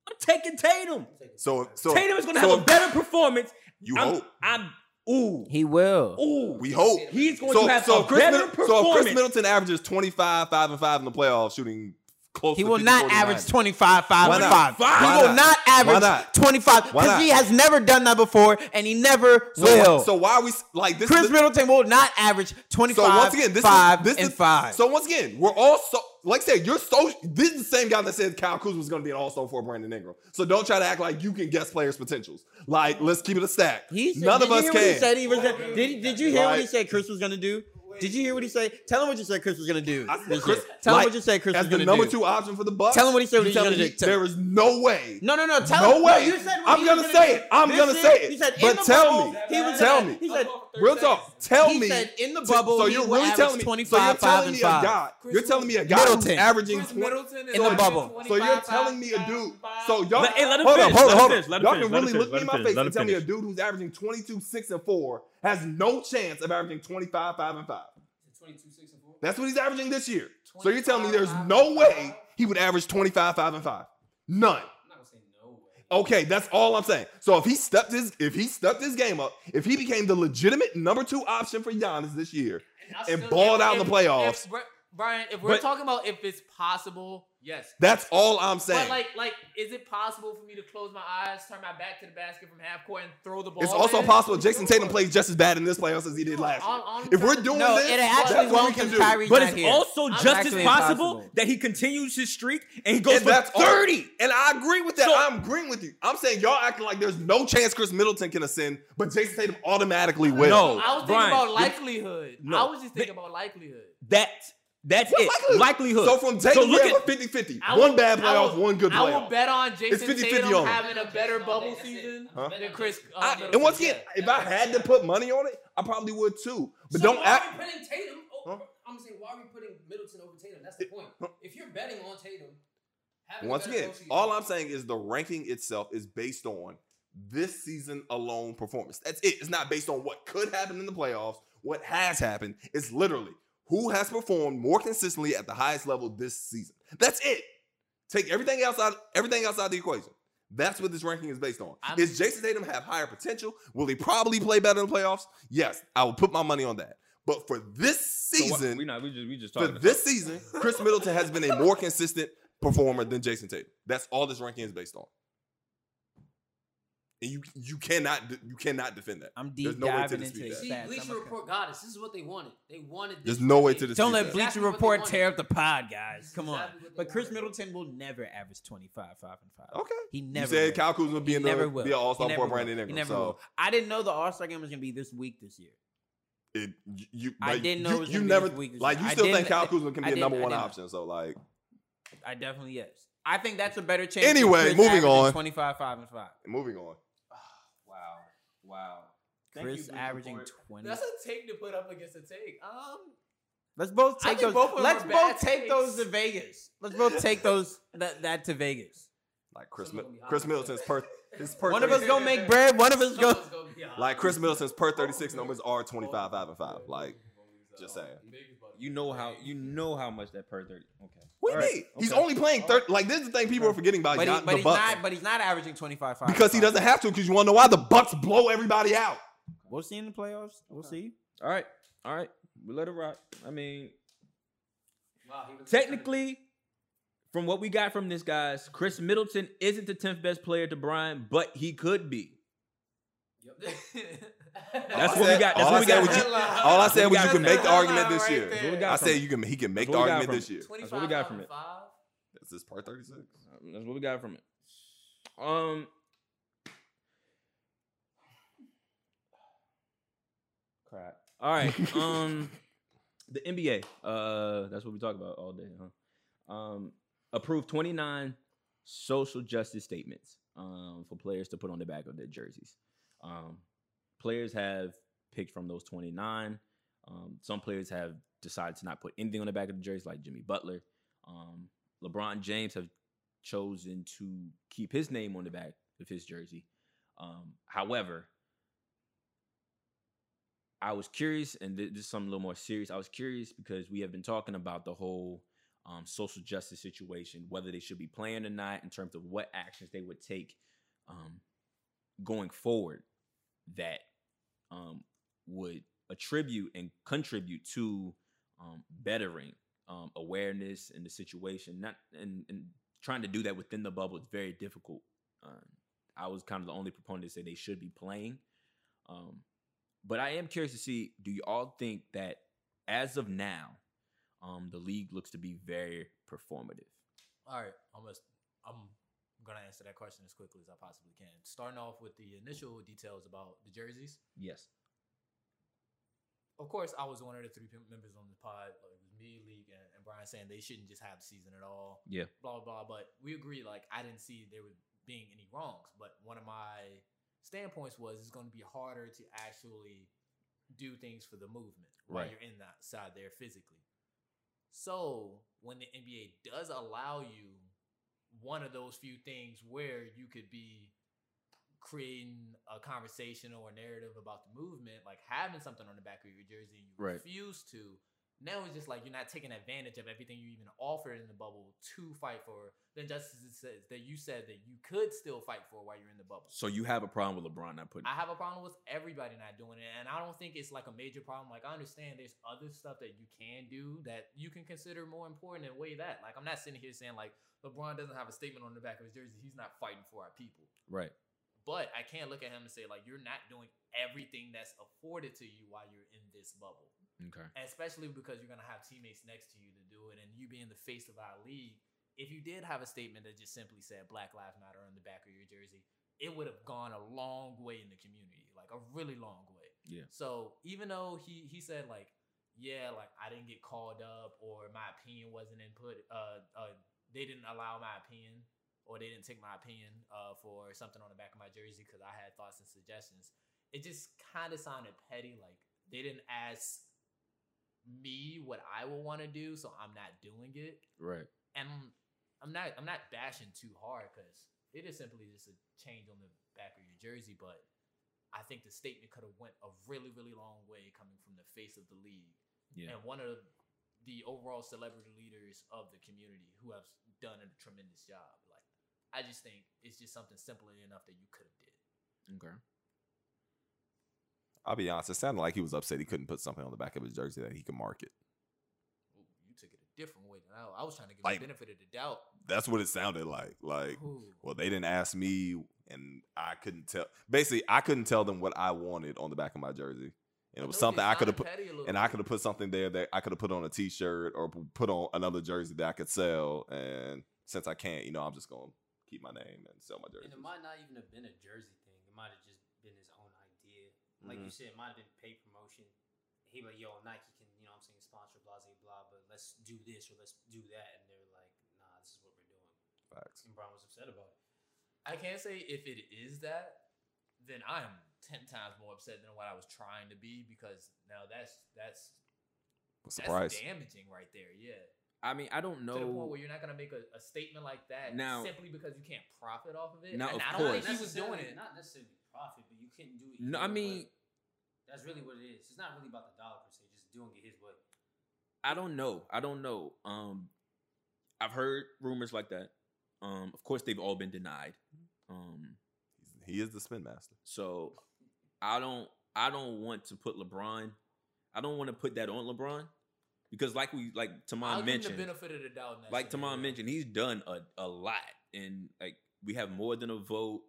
F: I'm taking Tatum.
A: So if, so
F: Tatum is going to
A: so
F: have a
A: if-
F: better performance.
A: You
F: I'm,
A: hope.
F: I'm ooh
C: He will.
F: ooh.
A: We hope.
F: He's going
A: So,
F: to have
A: so,
F: a
A: if Chris
F: better
A: Middleton, so if
F: performance.
A: Chris Middleton averages 25, 5 and 5 in the playoffs, shooting close
C: He
A: to
C: will
A: 50,
C: not
A: 49.
C: average 25, 5
A: Why
C: and
A: not?
C: 5.
A: Why
C: He will
A: not?
C: not average
A: not?
C: 25
A: Why
C: because
A: not?
C: he has never done that before and he never
A: So,
C: will.
A: so why are we s- like this?
C: Chris
A: this-
C: Middleton will not average 25,
A: So once again, this
C: 5
A: is this
C: and
A: is,
C: 5.
A: So once again, we're all so like I said, you're so this is the same guy that said Kyle Kuzma was going to be an All Star for Brandon Ingram. So don't try to act like you can guess players' potentials. Like let's keep it a stack.
C: He said,
A: None of
C: did you
A: us
C: hear what he
A: can.
C: said he was gonna- did, did you hear what he
A: Like-
C: said Chris was going to do? Did you hear what he said? Tell him what you said Chris was going to do.
A: I said
C: this
A: Chris-
C: year. Tell him
A: like,
C: what you said Chris
A: As
C: was
A: the
C: going to do.
A: number two option for the Bucks,
C: Tell him what he said
A: you
C: what he's
A: telling
C: gonna
A: me
C: do. Tell-
A: There is no way.
C: No, no, no. Tell
A: No
C: him.
A: way.
C: you said what
A: I'm
C: he was
A: gonna
C: gonna
A: say
C: do.
A: it. I'm
C: This
A: gonna
C: year,
A: say it.
C: He said in
A: But
C: the
A: tell
C: bubble,
A: me.
C: He was
A: Tell
C: gonna-
A: me.
C: He said.
A: Real talk. Tell
C: he
A: me.
C: said in the bubble.
A: so
C: he
A: you're
C: will
A: really
C: average
A: telling me.
C: 25,
A: so you're
C: five,
A: telling
C: and
A: me a
C: five.
A: guy. You're telling me a guy who's
C: Middleton.
A: averaging
D: Chris
A: 20
D: Middleton is
C: in the
D: averaging
C: bubble.
A: So you're
D: 25,
A: telling me a dude.
D: 25.
A: So y'all
F: Let- hey, let him
A: hold
F: finish,
A: up, hold
F: let
A: up,
F: him
A: hold
F: finish,
A: up.
F: let him
A: Y'all
F: finish,
A: can
F: let him
A: really
F: finish, let
A: look me in my
F: him finish,
A: face
F: let
A: and
F: him
A: tell me a
F: finish.
A: dude who's averaging 22, 6, and 4 has no chance of averaging 25, 5, and 5.
E: 22, 6, and 4.
A: That's what he's averaging this year. So you're telling me there's
E: 25,
A: no way
E: five?
A: he would average 25, 5, and 5. None.
E: I'm not going to say no way.
A: Okay, that's all I'm saying. So if he stepped his if he stepped his game up, if he became the legitimate number two option for Giannis this year,
E: I
A: and
E: still-
A: balled
E: if-
A: out in the
E: if-
A: playoffs.
E: if we're- Brian, if we're
F: But-
E: talking about if it's possible, yes.
A: that's all I'm saying.
E: But like, like, is it possible for me to close my eyes, turn my back to the basket from half court, and throw the ball?
A: it's also
E: in?
A: possible Jason Tatum plays just as bad in this playoffs as he did last year.
E: I'm- I'm
A: If we're
E: trying-
A: doing
C: No,
A: this,
C: it
A: that's
C: actually
A: what we
C: won't
A: can
C: because
A: do.
C: Kyrie's
F: But
C: not
F: it's
C: here.
F: also
E: I'm
F: just as
C: actually
F: possible
C: impossible.
F: that he continues his streak and he goes
A: And
F: for
A: that's all-
F: 30.
A: and I agree with that.
F: So-
A: I'm agreeing with you. I'm saying y'all acting like there's no chance Chris Middleton can ascend, but Jason Tatum automatically will.
F: No.
E: I was thinking
F: Brian,
E: about
F: you-
E: likelihood.
F: No.
E: I was just thinking about likelihood.
F: That that's
A: What
F: it. Likelihood.
A: So from Tatum,
F: So look
A: we have
F: at-
A: a 50 50.
E: I
A: One
E: will-
A: bad
E: I
A: playoff,
E: will-
A: one good
E: I will
A: playoff.
E: bet on Jason
A: 50-50
E: Tatum
A: on it.
E: having a better bubble That's it. season
A: Huh?
E: than Chris. uh,
A: I-
E: Middleton.
A: and once again,
E: Yeah.
A: if I had to put money on it, I probably would too. But
E: So
A: don't
E: why
A: act.
E: Are we putting Tatum?
A: Huh?
E: Over, I'm saying why are we putting Middleton over Tatum? That's the point. If you're betting on Tatum, have a
A: Once
E: better
A: again,
E: postseason.
A: all I'm saying is the ranking itself is based on this season alone performance. That's it. It's not based on what could happen in the playoffs, what has happened. It's literally who has performed more consistently at the highest level this season. That's it. Take everything else out, everything else out of the equation. That's what this ranking is based on.
D: I'm-
A: is Jason Tatum have higher potential? Will he probably play better in the playoffs? Yes, I will put my money on that. But for this
F: So
A: season,
F: what- we not we just we just
A: for
F: talking.
A: this season, Chris Middleton has been a more consistent performer than Jason Tatum. That's all this ranking is based on. And you you cannot you cannot defend that.
C: I'm
A: There's
C: deep
A: no way to
C: diving into
A: dispute
C: his
A: that.
E: See,
C: stats. I'm
E: Bleacher
C: gonna-
E: Report got us. This is what they wanted. They wanted. This
A: There's no way
E: They-
A: to dispute
C: Don't let
A: that.
E: Bleach-
C: Bleacher
E: Exactly what they
C: Report
E: wanted.
C: tear up the pod, guys. Come on.
E: Exactly what they
C: But Chris
E: wanted.
C: Middleton will never average 25, 5, and 5.
A: Okay.
C: He
A: Oh, You
C: never
A: said
C: will.
A: Kyle Kuzma
C: He
A: being the
C: never will.
A: be an All
C: He
A: Star
C: never
A: for
C: will.
A: Brandon
C: He
A: Ingram.
C: never
A: So
C: will. I didn't know the All Star game was gonna be this week this year.
A: it, you, you-
C: I
A: like,
C: didn't know
A: you,
C: it was
A: you
C: gonna be
A: never
C: this week this
A: like
C: year.
A: you
C: I
A: still think
C: didn't-
A: Kyle
C: I
A: Kuzma can
C: I
A: be a
C: didn't-
A: number
C: I
A: one
C: didn't.
A: option. So like
C: I definitely yes. I think that's a better chance.
A: Anyway, moving on.
C: Twenty five, five, and five.
A: moving on.
F: Wow. Wow. Thank you,
C: Chris
F: Bleacher
C: averaging
F: Report.
C: twenty.
D: That's a take to put up against a take. Um,
C: Let's both
D: I
C: take
D: think
C: those.
D: both of them
C: let's
D: are
C: both
D: bad
C: take
D: takes.
C: those to Vegas. Let's both take those that, that to Vegas.
A: Like Chris,
E: Someone
A: Mil-
E: gonna be
A: Chris
E: hot.
A: Middleton's Perth, his Perth.
C: One of us
A: 36
C: gonna make bread. One of us go.
E: Someone's gonna be out.
A: like Chris Middleton's Perth 36 numbers are 25, 5 and 5. Like, just saying.
B: You know how you know how much that per thirty. Okay.
A: What do you
B: All right.
A: mean? He's
B: Okay.
A: only playing 30. Like, this is the thing people are forgetting about
C: But, he,
A: Gian-
C: but
A: the
C: he's
A: Bucks.
C: not. But he's not averaging twenty five.
A: because he doesn't have to, because you want to know why the Bucks blow everybody out.
C: We'll see in the playoffs. We'll see.
B: All right. All right. We let it rock. I mean,
E: Wow, he was-
B: technically, from what we got from this, guys, Chris Middleton isn't the tenth best player to Brian, but he could be.
E: Yep.
B: That's what
A: I
B: we
A: said-
B: got. That's what
A: all I
B: we
A: said
B: got.
A: was you- all I said
B: we
A: was
B: got
A: you can
B: from
A: make
B: that.
A: the argument this year.
B: That's what we got
A: I
B: from
A: said
B: it.
A: you can. He can make
B: That's
A: the
B: what we got
A: argument
B: from
A: this year.
E: That's
B: what we got from it.
A: Is this part 36?
B: That's what we got from it. Um, crap. All right. Um, the NBA. Uh, that's what we talk about all day, huh? Um, approved twenty nine social justice statements. Um, for players to put on the back of their jerseys. Um, players have picked from those twenty nine. Um, some players have decided to not put anything on the back of the jerseys, like Jimmy Butler. Um, LeBron James have chosen to keep his name on the back of his jersey. Um, however, I was curious, and th- this is something a little more serious. I was curious because we have been talking about the whole um, social justice situation, whether they should be playing or not, in terms of what actions they would take um, going forward that um, would attribute and contribute to um, bettering um, awareness in the situation. Not and, and trying to do that within the bubble is very difficult. Um, I was kind of the only proponent to say they should be playing. Um, but I am curious to see do you all think that as of now, um, the league looks to be very performative?
D: All right, I'm gonna, I'm gonna answer that question as quickly as I possibly can. Starting off with the initial details about the jerseys.
B: Yes.
D: Of course, I was one of the three pem- members on the pod, like it was me, League, and, and Brian, saying they shouldn't just have the season at all.
B: Yeah.
D: Blah blah. blah. But we agree. Like I didn't see there was being any wrongs. But one of my standpoints was it's going to be harder to actually do things for the movement while
B: Right.
D: you're in that side there physically. So when the NBA does allow you one of those few things where you could be creating a conversation or a narrative about the movement, like having something on the back of your jersey and you
B: Right.
D: refuse to, now it's just like you're not taking advantage of everything you even offered in the bubble to fight for the injustices says that you said that you could still fight for while you're in the bubble.
B: So you have a problem with LeBron not putting.
D: I have a problem with everybody not doing it, and I don't think it's like a major problem. Like I understand there's other stuff that you can do that you can consider more important and weigh that. Like I'm not sitting here saying like LeBron doesn't have a statement on the back of his jersey. He's not fighting for our people.
B: right.
D: But I can't look at him and say like you're not doing everything that's afforded to you while you're in this bubble
B: Okay.
D: especially because you're going to have teammates next to you to do it and you being the face of our league if you did have a statement that just simply said black lives matter on the back of your jersey it would have gone a long way in the community like a really long way
B: Yeah.
D: so even though he he said like yeah like i didn't get called up or my opinion wasn't input uh uh they didn't allow my opinion or they didn't take my opinion uh for something on the back of my jersey because i had thoughts and suggestions it just kind of sounded petty like they didn't ask me what I would want to do, so I'm not doing it.
B: Right.
D: And I'm not I'm not bashing too hard because it is simply just a change on the back of your jersey. But I think the statement could have went a really really long way coming from the face of the league
B: Yeah.
D: and one of the overall celebrity leaders of the community who have done a tremendous job. Like I just think it's just something simple enough that you could have did.
B: Okay.
A: I'll be honest. It sounded like he was upset he couldn't put something on the back of his jersey that he could market.
D: Ooh, you took it a different way than I. I was trying to give
A: Like-
D: you the benefit of the doubt.
A: That's what it sounded like. Like,
D: Ooh.
A: well, they didn't ask me, and I couldn't tell. Basically, I couldn't tell them what I wanted on the back of my jersey, and it was something I could have put. And I could have put something there that I could have put on a T-shirt or p- put on another jersey that I could sell. And since I can't, you know, I'm just gonna keep my name and sell my jersey.
E: And it might not even have been a jersey thing. It might have just been his own idea. Like
C: Mm-hmm.
E: you said, it might have been paid promotion. He like, yo, Nike can, you know what I'm saying, sponsor blah, blah, blah, but let's do this or let's do that. And they were like, nah, this is what we're doing.
A: Facts.
E: And Brown was upset about it.
D: I can't say if it is that, then I am ten times more upset than what I was trying to be because now that's that's
A: What's the
D: That's
A: price?
D: damaging right there. Yeah.
B: I mean, I don't
D: To the point
B: know.
D: where you're not gonna make a, a statement like that
B: Now-
D: simply because you can't profit off of it.
B: Now,
D: and
B: of
D: I don't
B: course.
D: think he was doing it.
E: Not necessarily profit, but you couldn't do it.
B: No, I
E: either way.
B: mean,
E: that's really what it is. It's not really about the dollar per se. Just doing it his way.
B: I don't know. I don't know. Um, I've heard rumors like that. Um, of course, they've all been denied. Um,
A: He is the spin master.
B: so I don't. I don't want to put LeBron. I don't want to put that on LeBron because, like we, like
D: I'll
B: Tamon
D: give him
B: mentioned,
D: the benefit of the doubt. in that
B: like
D: scenario.
B: Tamon mentioned, he's done a, a lot, and like we have more than a vote,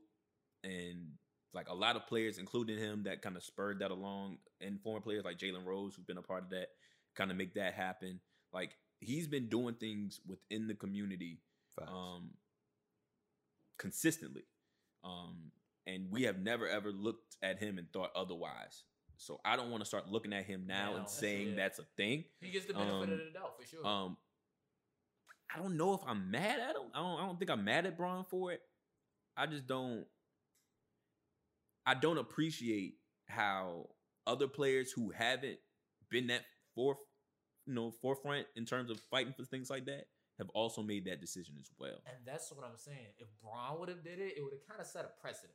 B: and like a lot of players, including him, that kind of spurred that along, and former players like Jalen Rose, who've been a part of that, kind of make that happen. Like he's been doing things within the community,
A: Facts.
B: um, consistently, um, and we have never ever looked at him and thought otherwise. So I don't want to start looking at him now,
D: Now,
B: and saying
D: yeah.
B: that's a thing.
D: he gets the benefit
B: um,
D: of the doubt for sure.
B: Um, I don't know if I'm mad at him. I don't. I don't think I'm mad at Braun for it. I just don't. I don't appreciate how other players who haven't been that forth, you know, forefront in terms of fighting for things like that have also made that decision as well.
D: And that's what I'm saying. If Braun would have did it, it would have kind of set a precedent.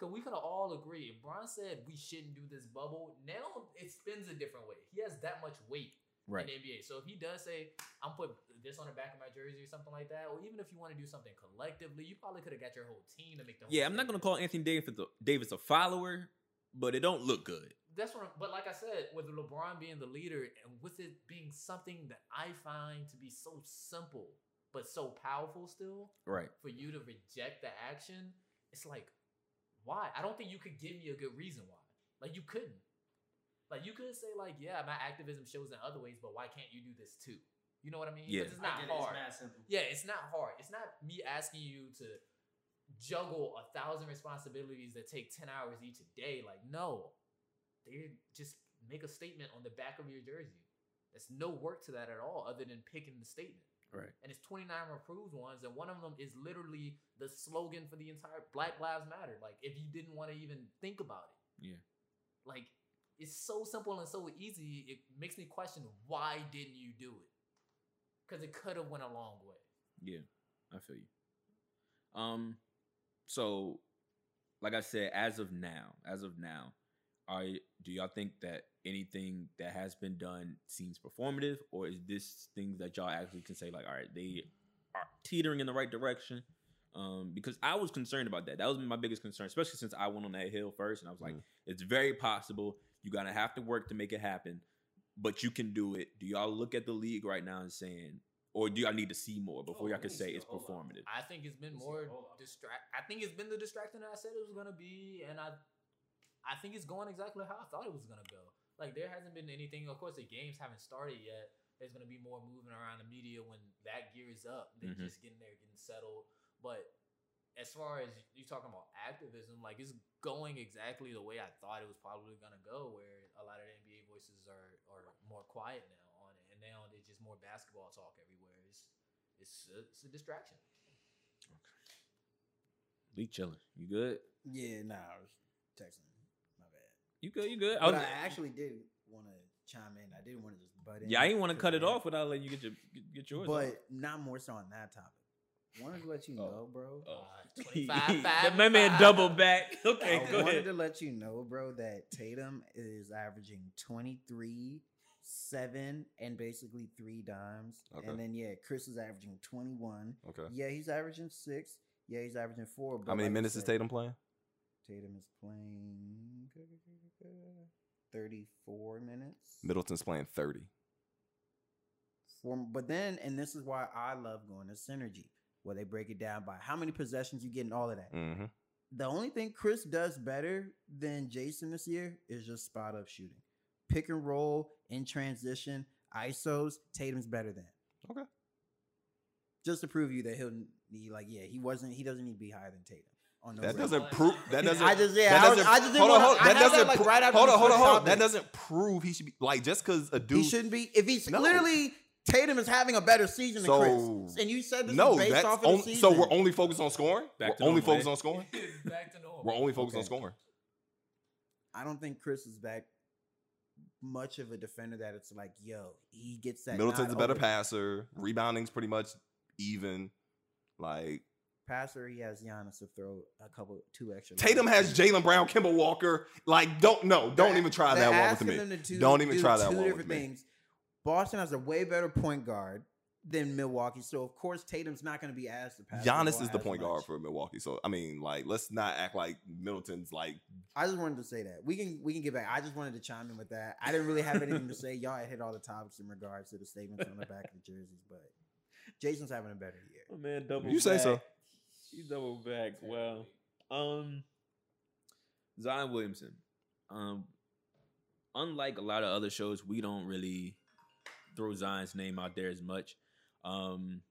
D: Cause we could have all agreed. If Braun said we shouldn't do this bubble, now it spins a different way. He has that much weight in the NBA. So if he does say, I'm putting this on the back of my jersey or something like that, or even if you want to do something collectively, you probably could have got your whole team to make the whole
B: Yeah, I'm not gonna
D: statement.
B: call Anthony Davis a, Davis a follower, but it don't look good.
D: that's what I'm, but like I said, with LeBron being the leader and with it being something that I find to be so simple but so powerful still,
B: Right.
D: for you to reject the action, it's like, why? I don't think you could give me a good reason why. Like you couldn't. Like you could say like, yeah, my activism shows in other ways, but why can't you do this too? You know what I mean? 'Cause
B: Yeah.
D: it's not
E: I get it.
D: hard.
E: It's mad simple.
D: Yeah, it's not hard. It's not me asking you to juggle a thousand responsibilities that take 10 hours each day. Like, no. They just make a statement on the back of your jersey. There's no work to that at all other than picking the statement.
B: Right.
D: And it's 29 approved ones, and one of them is literally the slogan for the entire Black Lives Matter. Like, if you didn't want to even think about it.
B: Yeah.
D: Like, it's so simple and so easy. It makes me question why didn't you do it? Because it could have went a long way.
B: Yeah, I feel you. Um, so like I said, as of now, as of now, are y- do y'all think that anything that has been done seems performative, or is this things that y'all actually can say like, all right, they are teetering in the right direction? Um, because I was concerned about that. That was my biggest concern, especially since I went on that hill first, and I was like,
A: Mhm.
B: it's very possible. You gotta have to work to make it happen, but you can do it. Do y'all look at the league right now and saying, or do y'all need to see more before
E: Oh,
B: y'all
E: we
B: can
E: need to
B: say
E: see a
B: it's
E: whole lot.
B: performative?
D: I think it's been
E: It's a
D: more
E: roll-up.
D: distract. I think it's been the distraction that I said it was gonna be, and I, I think it's going exactly how I thought it was gonna go. Like there hasn't been anything. Of course, the games haven't started yet. There's gonna be more moving around the media when that gear is up. They're
B: Mhm.
D: just getting there, getting settled. But as far as you talking about activism, like it's going exactly the way I thought it was probably gonna go, where a lot of the NBA voices are are more quiet now on it, and now there's just more basketball talk everywhere. It's it's a, it's a distraction.
B: We chilling. You good?
C: Yeah, nah, I was texting. My bad.
B: You good? You good? I
C: But
B: was-
C: I actually did want to chime in. I didn't want to just butt in.
B: yeah, I didn't want to
C: 'cause
B: cut it
C: man,
B: off without letting you get your get- get yours.
C: But
B: off.
C: not more so on that topic. Wanted to let you
B: Oh.
C: know, bro.
B: Oh.
D: Uh, 25,
B: That
D: five,
B: my man
D: five.
B: double back.
C: I
B: Okay, go
C: wanted
B: ahead.
C: to let you know, bro, that Tatum is averaging 23, 7, and basically three dimes.
A: Okay.
C: And then, yeah, Chris is averaging 21.
A: Okay.
C: Yeah, he's averaging 6. Yeah, he's averaging 4. But
A: How many
C: like I
A: minutes is
C: said,
A: Tatum playing?
C: Tatum is playing 34 minutes.
A: Middleton's playing 30.
C: For, but then, and this is why I love going to Synergy, where they break it down by how many possessions you get and all of that.
A: Mm-hmm.
C: The only thing Chris does better than Jason this year is just spot up shooting, pick and roll in transition, ISOs. Tatum's better than.
A: Okay.
C: Just to prove you that he'll need, like, yeah, he wasn't, he doesn't need to be higher than Tatum. On no
A: That
C: rest.
A: doesn't prove. That doesn't.
C: I just, yeah,
A: that
C: I, was,
A: doesn't-
C: I just didn't
A: hold on,
C: wanna-
A: hold on.
C: I
A: That
C: had
A: doesn't
C: like, right after
A: hold
C: the
A: on, hold on,
C: first
A: hold on. That
C: topic.
A: doesn't prove he should be like just because a dude.
C: he shouldn't be. If he's
A: No.
C: literally Tatum is having a better season than
A: So-
C: Chris, and you said this
A: no,
C: is based
A: that's
C: off of the
A: only,
C: season.
A: so we're only focused on scoring.
B: Back to
A: we're only
B: normal,
A: focused
B: eh?
A: on scoring.
D: It's back to normal.
A: We're only focused on
C: Okay.
A: scoring.
C: I don't think Chris is back much of a defender that it's like, yo, he gets that.
A: Middleton's a
C: nod
A: better
C: over-
A: passer. Rebounding's pretty much even. Like
C: passer. He has Giannis to throw a couple, two extra.
A: Tatum
C: lobs.
A: has Jalen Brown, Kimball Walker. Like, don't no, don't
C: They're-
A: even try
C: they're
A: that one with
C: asking
A: me.
C: them to do-
A: Don't even
C: do
A: try that
C: two
A: one with
C: different
A: me.
C: things. Boston has a way better point guard than Milwaukee, so of course Tatum's not going to be asked to pass.
A: Giannis
C: ball
A: is the
C: as
A: point
C: much.
A: guard for Milwaukee. So I mean, like, let's not act like Middleton's like
C: I just wanted to say that we can we can get back. I just wanted to chime in with that. I didn't really have anything to say. Y'all had hit all the topics in regards to the statements on the back of the jerseys, but Jason's having a better year.
G: Oh, man, double.
A: You say so.
G: back. He double back. Wow. Um,
B: Zion Williamson. Um, unlike a lot of other shows, we don't really throw Zion's name out there as much. Um,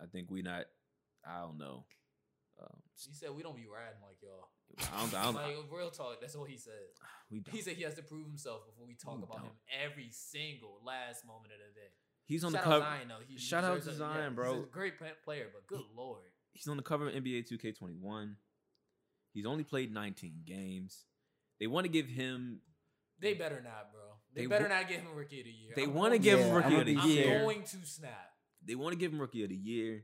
B: I think we not. I don't know. Um,
D: He said we don't be riding like y'all.
B: I don't. I don't
D: like real talk, that's what he said.
B: we don't.
D: He said he has to prove himself before we talk
B: We
D: about him every single last moment of the day.
B: He's on
D: shout
B: the cover.
D: out Zion though. He
B: shout out
D: deserves
B: to
D: a-
B: Zion,
D: he's
B: bro.
D: a great pa- player, but good lord.
B: He's on the cover of NBA 2K21. He's only played 19 games. They want to give him.
D: They better not, bro. They,
B: They
D: better
B: wa-
D: not give him rookie of the year.
B: They
D: I'm
B: want to
D: going
B: give
C: Yeah,
B: him rookie
C: I'ma
B: of the
C: be
D: I'm
B: year.
D: going to snap.
B: They want to give him rookie of the year.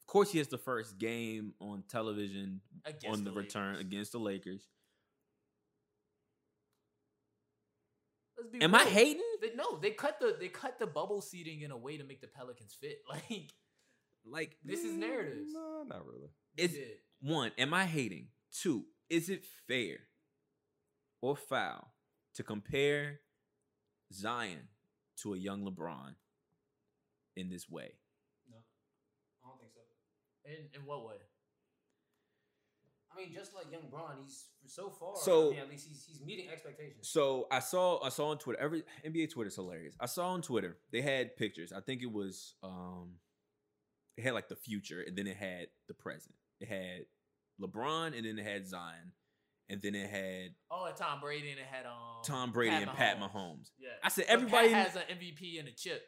B: Of course, he has the first game on television
D: Against
B: on the, return
D: Lakers.
B: against the Lakers.
D: Let's be
B: Am
D: real.
B: I hating?
D: They, no, they cut the they cut the bubble seating in a way to make the Pelicans fit. Like
B: Like
D: this is narratives.
A: No, not really.
D: They
B: It's-
D: did.
B: one, am I hating? Two, is it fair or foul to compare Zion to a young LeBron in this way?
E: No, I don't think so.
D: In in what way?
E: I mean, just like young Bron, he's for so far.
B: So-
E: I mean, at least he's he's meeting expectations.
B: So I saw I saw on Twitter every NBA Twitter's hilarious. I saw on Twitter they had pictures. I think it was um it had like the future and then it had the present. It had LeBron and then it had Zion and then it had
D: Oh, and Tom Brady and it had um
B: Tom Brady and Pat Mahomes.
D: Yeah.
B: I said
D: But
B: everybody
D: Pat has an MVP and a chip.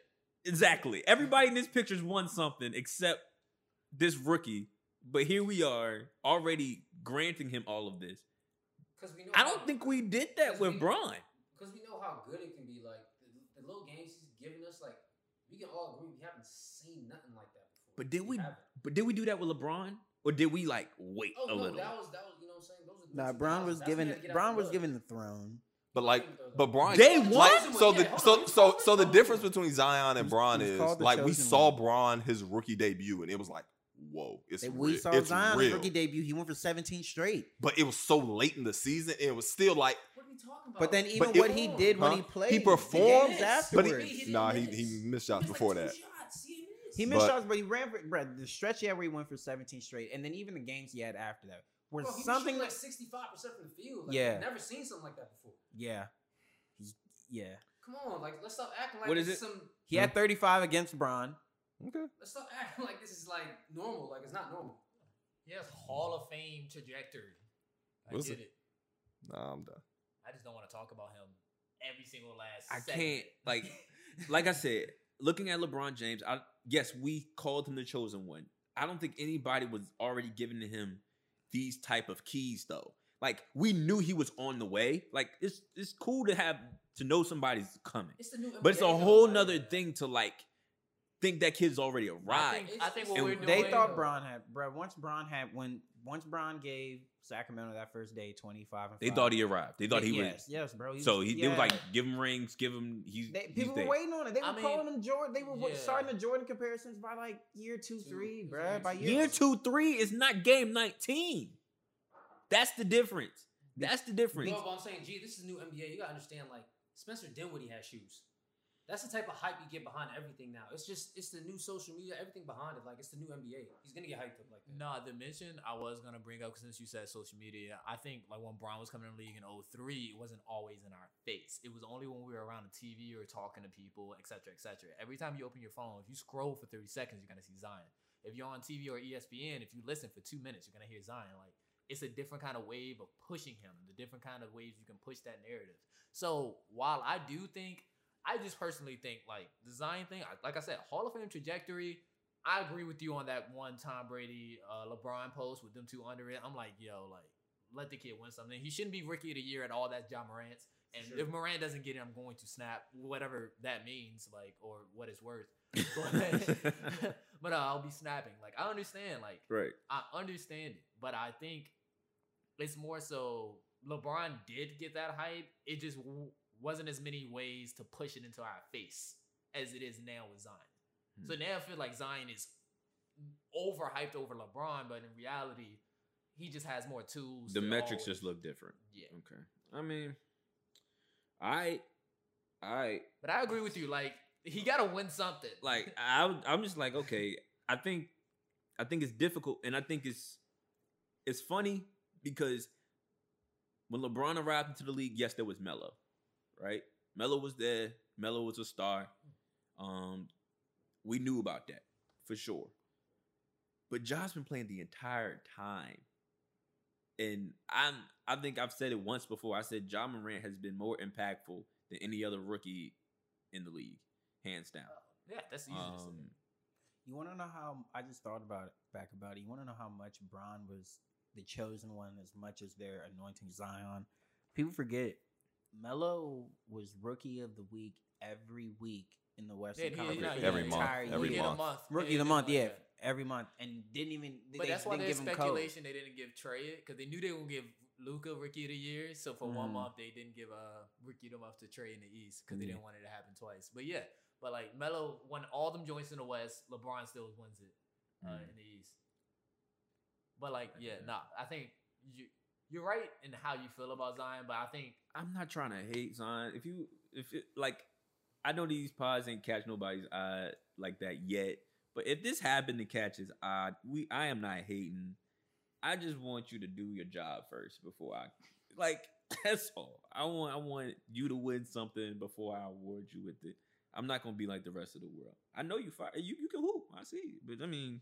B: Exactly. Everybody in this picture's won something except this rookie. But here we are already granting him all of this.
E: Because we know
B: I don't think we did that
E: Mm-hmm.
B: with Braun.
E: because we know how good it can be. Like the, the little games he's giving us, like we can all agree we haven't seen nothing like that before.
B: But did we-
E: haven't.
B: But did we do that with LeBron? Or did we like wait
E: Oh
B: a
E: no,
B: little?
E: that was that was you know what I'm saying. Those are
C: Nah,
E: those are
C: Brown
E: thousands.
C: was
E: That's when
C: given
E: you gotta get out
C: Brown
E: the
C: was
E: mud.
C: given the throne.
A: But like, but Bron,
B: They
A: like,
B: won?
A: so
E: uh, Yeah,
A: the
E: hold
A: so
E: on,
A: so
E: he's
A: so the
E: chosen.
A: difference between Zion and
C: He's-
A: Braun
C: he's
A: is
C: called the
A: like we
C: chosen
A: saw
C: one.
A: Braun his rookie debut and it was like, whoa, it's
C: That
A: real.
C: we saw
A: it's
C: Zion's
A: real.
C: rookie debut. He went for 17 straight.
A: but it was so late in the season and it was still like,
E: What are we talking about?
C: But then even
A: it-
C: what he did when
A: Huh?
C: he
A: He
C: played,
A: performed,
C: the games
E: but he-
A: but
C: afterwards.
E: He
A: he,
E: didn't
A: nah, he,
E: miss.
A: he missed
E: He
A: shots
E: missed, like,
A: before
E: two
A: that.
E: shots. He missed.
C: He missed
A: But-
C: shots, but he ran for bro, the stretch yeah where he went for 17 straight, and then even the games he had after that were
E: Bro, he was
C: something
E: shooting,
C: like
E: like 65 percent from the field. Like,
C: Yeah.
E: I've never seen something like that before.
C: yeah, He's- yeah.
E: Come on, like let's stop acting like
B: What
E: this
B: is
E: is some.
C: He had 35 against Braun.
A: Okay.
E: Let's stop acting like this is like normal. Like it's not normal.
D: He has Hall of Fame trajectory. I
A: Listen.
D: get it.
A: Nah, I'm done.
D: I just don't want to talk about him every single last.
B: I
D: second.
B: can't like like I said, looking at LeBron James, I yes, we called him the chosen one. I don't think anybody was already giving to him these type of keys though. Like we knew he was on the way. Like it's it's cool to have to know somebody's coming.
E: It's the new.
B: But it's
E: NBA
B: a
E: though,
B: whole
E: like,
B: nother
E: yeah.
B: thing to like think that kid's already
D: I
B: arrived.
D: think, I think what
B: And
D: we're doing.
C: They thought
E: though.
C: Braun had bro. Once Braun had when once Braun gave Sacramento that first day 25 and
B: They
C: five,
B: thought he arrived. They thought he
C: yes,
B: was
C: yes, bro.
B: so he they was like
C: yeah.
B: give him rings, give him he's,
C: They,
B: he's
C: people
B: there.
C: were waiting on it. They were
D: I mean,
C: calling him Jordan. They were wa-
D: yeah.
C: starting the Jordan comparisons by like year two,
E: Two,
C: three,
E: two,
C: bro.
E: three,
C: By
E: two.
C: year,
B: Year two, three is not game nineteen. That's the difference. That's the difference.
E: No, but I'm saying, gee, this is new NBA. You gotta understand, like Spencer Dinwiddie has shoes. That's the type of hype you get behind everything now. It's just it's the new social media, everything behind it. Like it's the new NBA. He's gonna get hyped up like that.
D: Nah, the mention I was gonna bring up since you said social media, I think like when Braun was coming in the league in 03, it wasn't always in our face. It was only when we were around the TV or talking to people, etc., etc. Every time you open your phone, if you scroll for 30 seconds, you're gonna see Zion. If you're on TV or E ESPN, if you listen for two minutes, you're gonna hear Zion. Like it's a different kind of wave of pushing him, the different kind of ways you can push that narrative. So while I do think, I just personally think like the Zion thing, I- like I said, Hall of Fame trajectory. I agree with you on that one Tom Brady, uh, LeBron post with them two under it. I'm like, yo, like let the kid win something. He shouldn't be rookie of the year at all. That's John Morant's. And if Morant doesn't get it, I'm going to snap, whatever that means, like or what it's worth. But, but uh, I'll be snapping. Like I understand. Like
B: Right.
D: I understand it, but I think it's more so LeBron did get that hype. It just w- wasn't as many ways to push it into our face as it is now with Zion.
B: Hmm.
D: So now I feel like Zion is overhyped over LeBron, but in reality, he just has more tools.
B: The
D: to
B: metrics
D: always-
B: just look different.
D: yeah.
B: Okay. I mean, I, I
D: But I agree with you. Like he got to win something.
B: like I would- I'm just like okay. I think I think it's difficult, and I think it's it's funny because when LeBron arrived into the league, yes, there was Melo, right? Melo was there. Melo was a star. Um, we knew about that for sure. But Josh been playing the entire time. And I'm I think I've said it once before. I said John Morant has been more impactful than any other rookie in the league, hands down.
D: yeah, that's easy. to say.
B: Um,
C: You want to know how I just thought about it, back about it. You want to know how much Bron was the chosen one as much as they're anointing Zion. People forget Melo was rookie of the week every week in the Western
D: Yeah, he-
C: Conference.
D: yeah,
C: for the
A: every
C: entire
A: month, every
D: he
C: year.
D: did a
A: month.
C: Rookie
D: They
C: of the
D: did
C: month,
D: like
C: yeah,
D: that.
C: every month, and didn't even.
D: But
C: they
D: that's why
C: didn't
D: there's
C: give him code.
D: speculation they didn't give Trey it because they knew they were gonna give Luca rookie of the year. So for one
C: Mhm.
D: month they didn't give uh rookie of the month to Trey in the East because they
B: Yeah.
D: didn't want it to happen twice. But yeah, but like Melo won all them joints in the West. LeBron still wins it uh, in the East. But like yeah, nah, I think you you're right in how you feel about Zion, but I think
B: I'm not trying to hate Zion. If you if it, like I know these pods ain't catch nobody's eye like that yet, but if this happened to catch his eye, we I am not hating. I just want you to do your job first before I like that's all. I want I want you to win something before I award you with it. I'm not gonna be like the rest of the world. I know you fire you you can hoop, I see, but I mean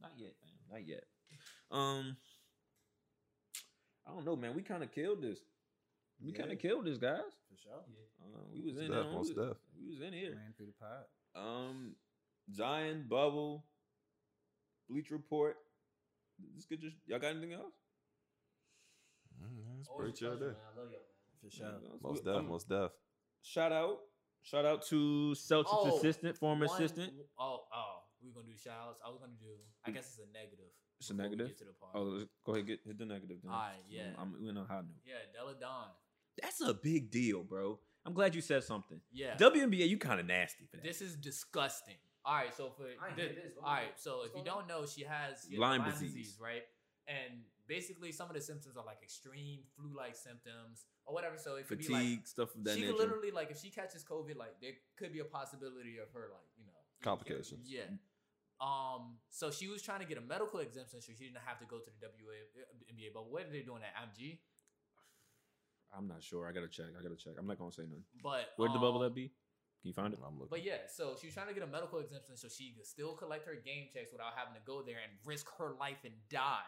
B: not yet, man. Not yet. Um I don't know, man. We kind of killed this. We
C: Yeah.
B: kind of killed this, guys.
C: for sure.
B: Uh, we was
A: Most
B: in
A: def,
B: there.
A: most
B: We, was,
A: def.
B: we was in here.
C: Ran through the pot.
B: Um, Zion Bubble, Bleach Report. This could just y'all got anything else?
A: Mm,
E: Always
A: that's pretty
E: a
A: chill
E: pleasure,
A: day.
E: man. I love y'all, man.
C: For sure.
B: Anything else?
A: Most
B: We-
A: deaf,
B: um,
A: most deaf.
B: Shout out, shout out to Celtics
D: Oh,
B: assistant, former
D: one-
B: assistant.
D: Oh oh, we're gonna do shouts. I was gonna do. I guess it's a negative.
B: It's a
D: before we
B: negative?
D: Get to the part.
B: Oh, let's go ahead get hit the negative. Then.
D: Alright, yeah.
B: I'm, I'm we know how. new.
D: yeah, Della Don.
B: That's a big deal, bro. I'm glad you said something.
D: Yeah.
B: WNBA, you kind of nasty for that.
D: This is disgusting. All right, so for
E: I ain't
D: the-
E: hear this. What
D: all right,
E: was-
D: so
E: what's
D: if you
E: going
D: don't know, she has she has
B: Lyme disease.
D: right? And basically, some of the symptoms are like extreme flu-like symptoms or whatever. So it could
B: Fatigue,
D: be
B: stuff of
D: like
B: that
D: she
B: nature.
D: could literally like if she catches COVID, like there could be a possibility of her like you know
A: Complications.
D: yeah. Um, so she was trying to get a medical exemption, so she didn't have to go to the uh, WNBA. But what are they doing at MG?
B: I'm not sure. I gotta check. I gotta check. I'm not gonna say nothing.
D: But
B: Where'd the bubble
D: um,
B: at be? Can you find it?
A: I'm looking.
D: But yeah, so she was trying to get a medical exemption so she could still collect her game checks without having to go there and risk her life and die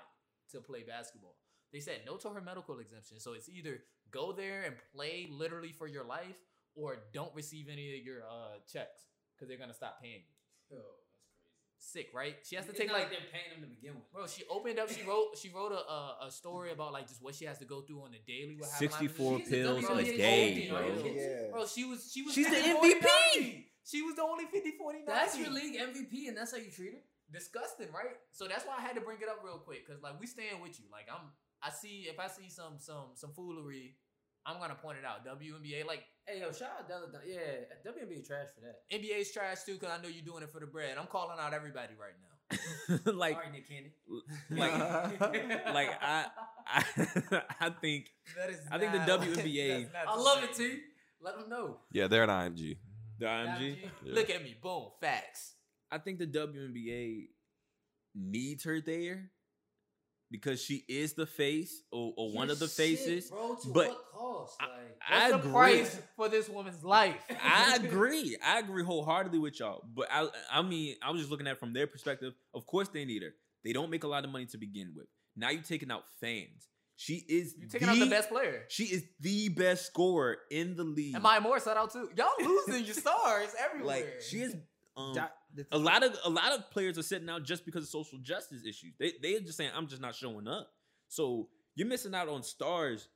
D: to play basketball. They said no to her medical exemption. So it's either go there and play literally for your life or don't receive any of your uh, checks because they're going to stop paying you.
E: Yo, Oh, that's crazy.
D: Sick, right? She has to
E: It's
D: take
E: not
D: like.
E: they're paying them to begin with.
D: Bro, she opened up. She wrote. She wrote a, a a story about like just what she has to go through on the daily. What happened.
B: 64
D: She's
B: pills
D: WNBA
B: a day,
D: champion,
B: bro.
D: yo.
E: Yeah.
D: Bro, she was. She was.
C: She's the
D: 50-40,
C: MVP.
D: 90. She was the only 50 40
E: That's your league MVP, and that's how you treat her.
D: disgusting, right? So that's why I had to bring it up real quick because like we staying with you. Like I'm, I see if I see some some some foolery, I'm gonna point it out. WNBA like
E: Hey, yo, shout out Della. Don- Yeah, WNBA trash for that.
D: NBA's trash too because I know you're doing it for the bread. I'm calling out everybody right now.
B: like,
E: All right, Nick Cannon.
B: like, like I, I, I think
D: That is.
B: I think the
D: not-
B: WNBA
D: that's not
E: I
D: the
E: love it,
D: same.
E: T. Let them know.
A: yeah, they're an IMG.
B: the IMG.
A: Yeah.
D: Look at me, boom, facts.
B: I think the WNBA needs her there because she is the face or, or one of the faces.
E: bro. To
B: but
E: what cost?
B: I-
E: Like,
B: I
D: What's the
B: agree.
D: price for this woman's life?
B: I agree. I agree wholeheartedly with y'all. But I I mean, I was just looking at it from their perspective. Of course they need her. They don't make a lot of money to begin with. Now you're taking out fans. She is
D: You're taking out the best player.
B: She is the best scorer in the league.
D: And Maya Moore set out too. Y'all losing your stars everywhere.
B: like she is um,
C: That- the
B: a
C: thing-
B: lot of a lot of players are sitting out just because of social justice issues. They they're just saying I'm just not showing up. So You're missing out on stars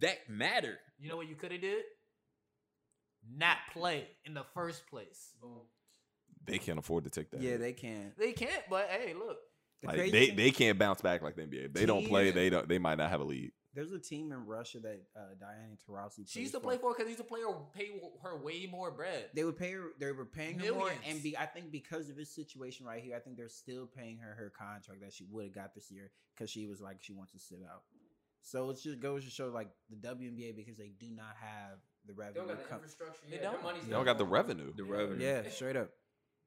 B: that matter.
D: You know what you could have did? Not play in the first place.
A: They can't afford to take that.
C: Yeah,
A: hit.
C: they can.
D: They can't, but hey, look.
C: The
A: Like,
C: crazy
A: they
C: thing-
A: they can't bounce back like the NBA. If they don't play.
C: Yeah.
A: They don't. They might not have a lead.
C: There's a team in Russia that uh, Diane Taurasi.
D: She
C: plays
D: used to play for because he's a player who pay her way more bread.
C: They would pay her. They were paying her more,
D: Millions.
C: and be, I think because of this situation right here, I think they're still paying her her contract that she would have got this year because she was like she wants to sit out. So it just goes to show like the WNBA because they do not have the
E: They don't
C: revenue.
E: got the
C: com-
E: infrastructure.
D: They
E: yet. Their
D: don't.
E: money's
A: They
E: not
A: don't got the
E: going-
A: revenue.
B: The revenue.
C: yeah, straight up,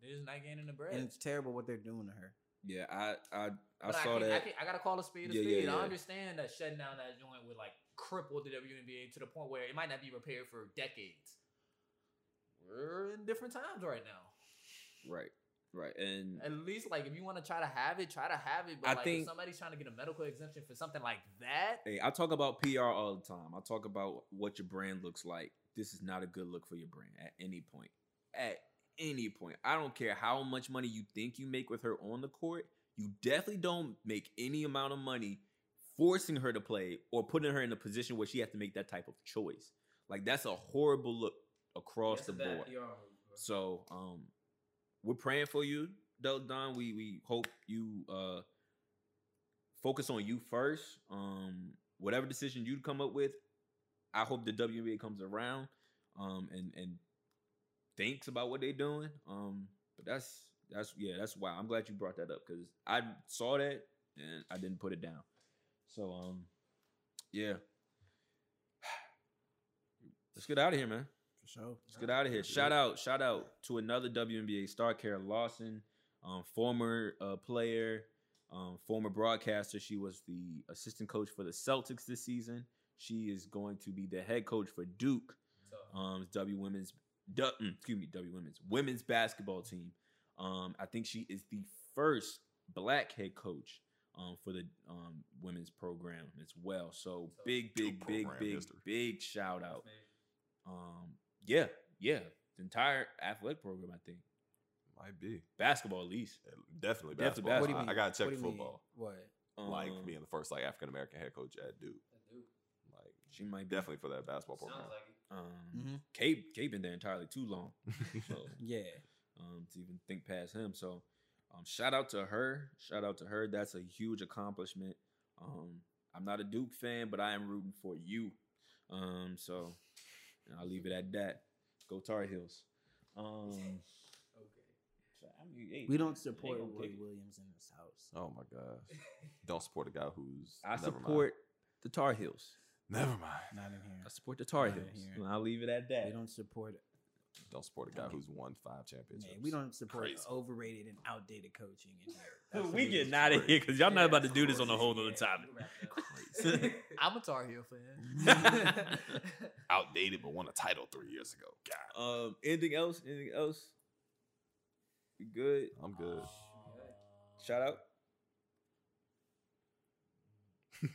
D: They're just not gaining the bread.
C: and it's terrible what they're doing to her.
B: Yeah, I I, I
D: But I,
B: saw
D: can't- I,
B: that.
D: can't- I gotta call a speed a
B: Yeah,
D: speed.
B: yeah, yeah.
D: I understand that shutting down that joint would like cripple the WNBA to the point where it might not be repaired for decades. We're in different times right now.
B: Right, right, and
D: At least like if you want to try to have it, try to have it. But
B: I
D: like
B: think-
D: if somebody's trying to get a medical exemption for something like that,
B: Hey, I talk about PR all the time. I talk about what your brand looks like. This is not a good look for your brand at any point. At any point. I don't care how much money you think you make with her on the court. You definitely don't make any amount of money forcing her to play or putting her in a position where she has to make that type of choice. Like that's a horrible look across
E: That's
B: the
E: a bad
B: board.
E: PR move, bro.
B: So um we're praying for you, though, Don. We we hope you uh focus on you first. Um whatever decision you come up with, I hope the WNBA comes around um and and thinks about what they're doing. Um but that's that's yeah, that's why I'm glad you brought that up because I saw that and I didn't put it down. So um yeah. Let's get out of here, man.
C: For sure.
B: Let's get out of here. Shout out, shout out to another WNBA star, Kara Lawson, um, former uh, player, um, former broadcaster. She was the assistant coach for the Celtics this season. She is going to be the head coach for Duke,
E: So,
B: um, W women's, du- mm, excuse me, W women's women's basketball team. Um, I think she is the first black head coach um, for the um, women's program as well. So big, big, big,
A: Program
B: big,
A: history.
B: big shout
E: that's
B: out.
E: major.
B: Um, yeah, yeah. The entire athletic program, I think.
A: Might be
B: Basketball at least.
A: definitely
B: Definitely
A: basketball.
B: basketball.
C: What do you
A: I,
C: mean?
A: I gotta check
C: What do you mean?
A: football.
C: What?
A: like
B: Um,
A: being the first like African American head coach at Duke.
E: That dude.
A: Like
B: She might be
A: definitely for that basketball program.
E: Sounds like it.
B: um
C: Mhm.
B: Cape Cape been there entirely too long. So
C: Yeah,
B: um to even think past him. So um shout out to her. Shout out to her. That's a huge accomplishment. Um I'm not a Duke fan, but I am rooting for you. Um so and I'll leave it at that. Go Tar Heels. Um
E: Okay.
B: so, I mean, hey,
C: we don't
B: they
C: support
B: gonna
C: Roy
B: pick it.
C: Williams in this house.
A: oh my god! Don't support a guy who's.
B: I
A: never
B: support the Tar Heels.
A: Mind. Never mind.
C: Not in here.
B: I support the Tar
C: Not
B: Heels.
C: here.
B: And I'll leave it at
C: We
B: that.
C: don't support.
A: Don't support a guy who's won five championships.
C: Man, we don't support
A: Crazy.
C: overrated and outdated coaching in here. That's
G: we
C: what
G: getting
C: do.
G: out of here because y'all not about to
E: Yeah,
G: do this on a
E: course.
G: whole nother
E: Yeah,
G: topic.
E: you wrap it up.
D: I'm a Tar Heel fan.
A: outdated, but won a title three years ago. God,
B: Um, anything else? Anything else? You good?
A: I'm good.
D: Oh,
B: Shout out. you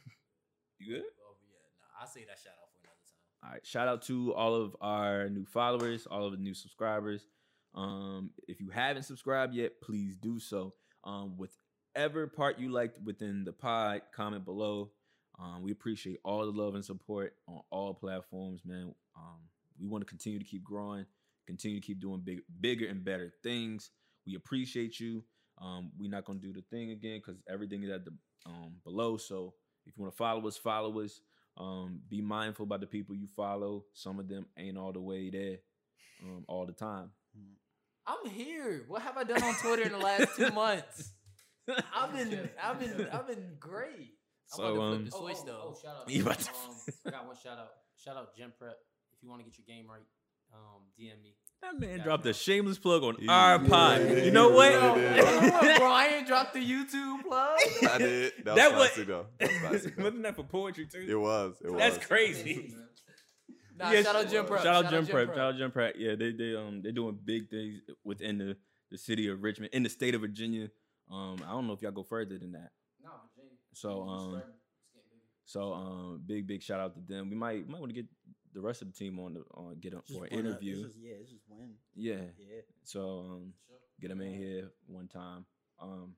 B: good?
D: Oh yeah, no, I'll say that shout out for another time.
B: All right. Shout out to all of our new followers, all of the new subscribers. Um, if you haven't subscribed yet, please do so. Um, whatever part you liked within the pod, comment below. Um, we appreciate all the love and support on all platforms, man. Um, we want to continue to keep growing, continue to keep doing big, bigger and better things. We appreciate you. Um, we're not gonna do the thing again because everything is at the um, below. So if you want to follow us, follow us. Um, be mindful about the people you follow. Some of them ain't all the way there, um, all the time.
D: I'm here. What have I done on Twitter in the last two months? I've been, I've been, I've been great.
B: So,
D: I'm about to flip
B: um,
D: the switch though.
E: Oh, shout out.
B: You
E: to-
B: about to-
E: um, I got one shout out. Shout out Gym Prep. If you want to get your game right, um, DM me.
G: That man
E: Got
G: dropped
E: you.
G: a shameless plug on
A: He
G: our
A: really
G: pod.
A: did.
G: You know
A: He
G: what?
A: really did.
D: Oh, Brian dropped the YouTube plug.
A: I did. That
G: That
A: was
G: was-
A: classic though. That was classic, though.
G: Wasn't that for poetry too?
A: It was. It was.
G: That's crazy.
D: Nah,
G: Yes,
D: shout out Jim
A: was.
D: Prep.
B: Shout out Jim Prep. Shout out Jim Prep. Yeah, they they um they're doing big things within the, the city of Richmond, in the state of Virginia. Um, I don't know if y'all go further than that.
E: No, Virginia.
B: So
E: It's
B: um,
E: spreading. It's getting bigger.
B: so um, big big shout out to them. We might might want to get the rest of the team on the on get up
C: Just
B: for an
C: wanna- it's
B: interview.
C: just- yeah, it's just win.
B: Yeah.
C: Yeah.
B: So um,
E: Sure.
B: get them in here one time. Um,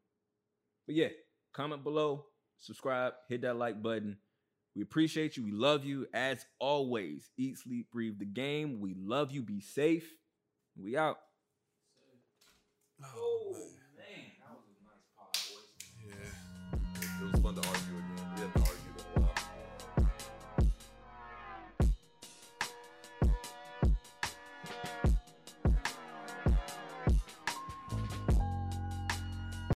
B: but yeah, comment below, subscribe, hit that like button. We appreciate you. We love you. As always, eat, sleep, breathe the game. We love you. Be safe. We out.
H: Oh, man.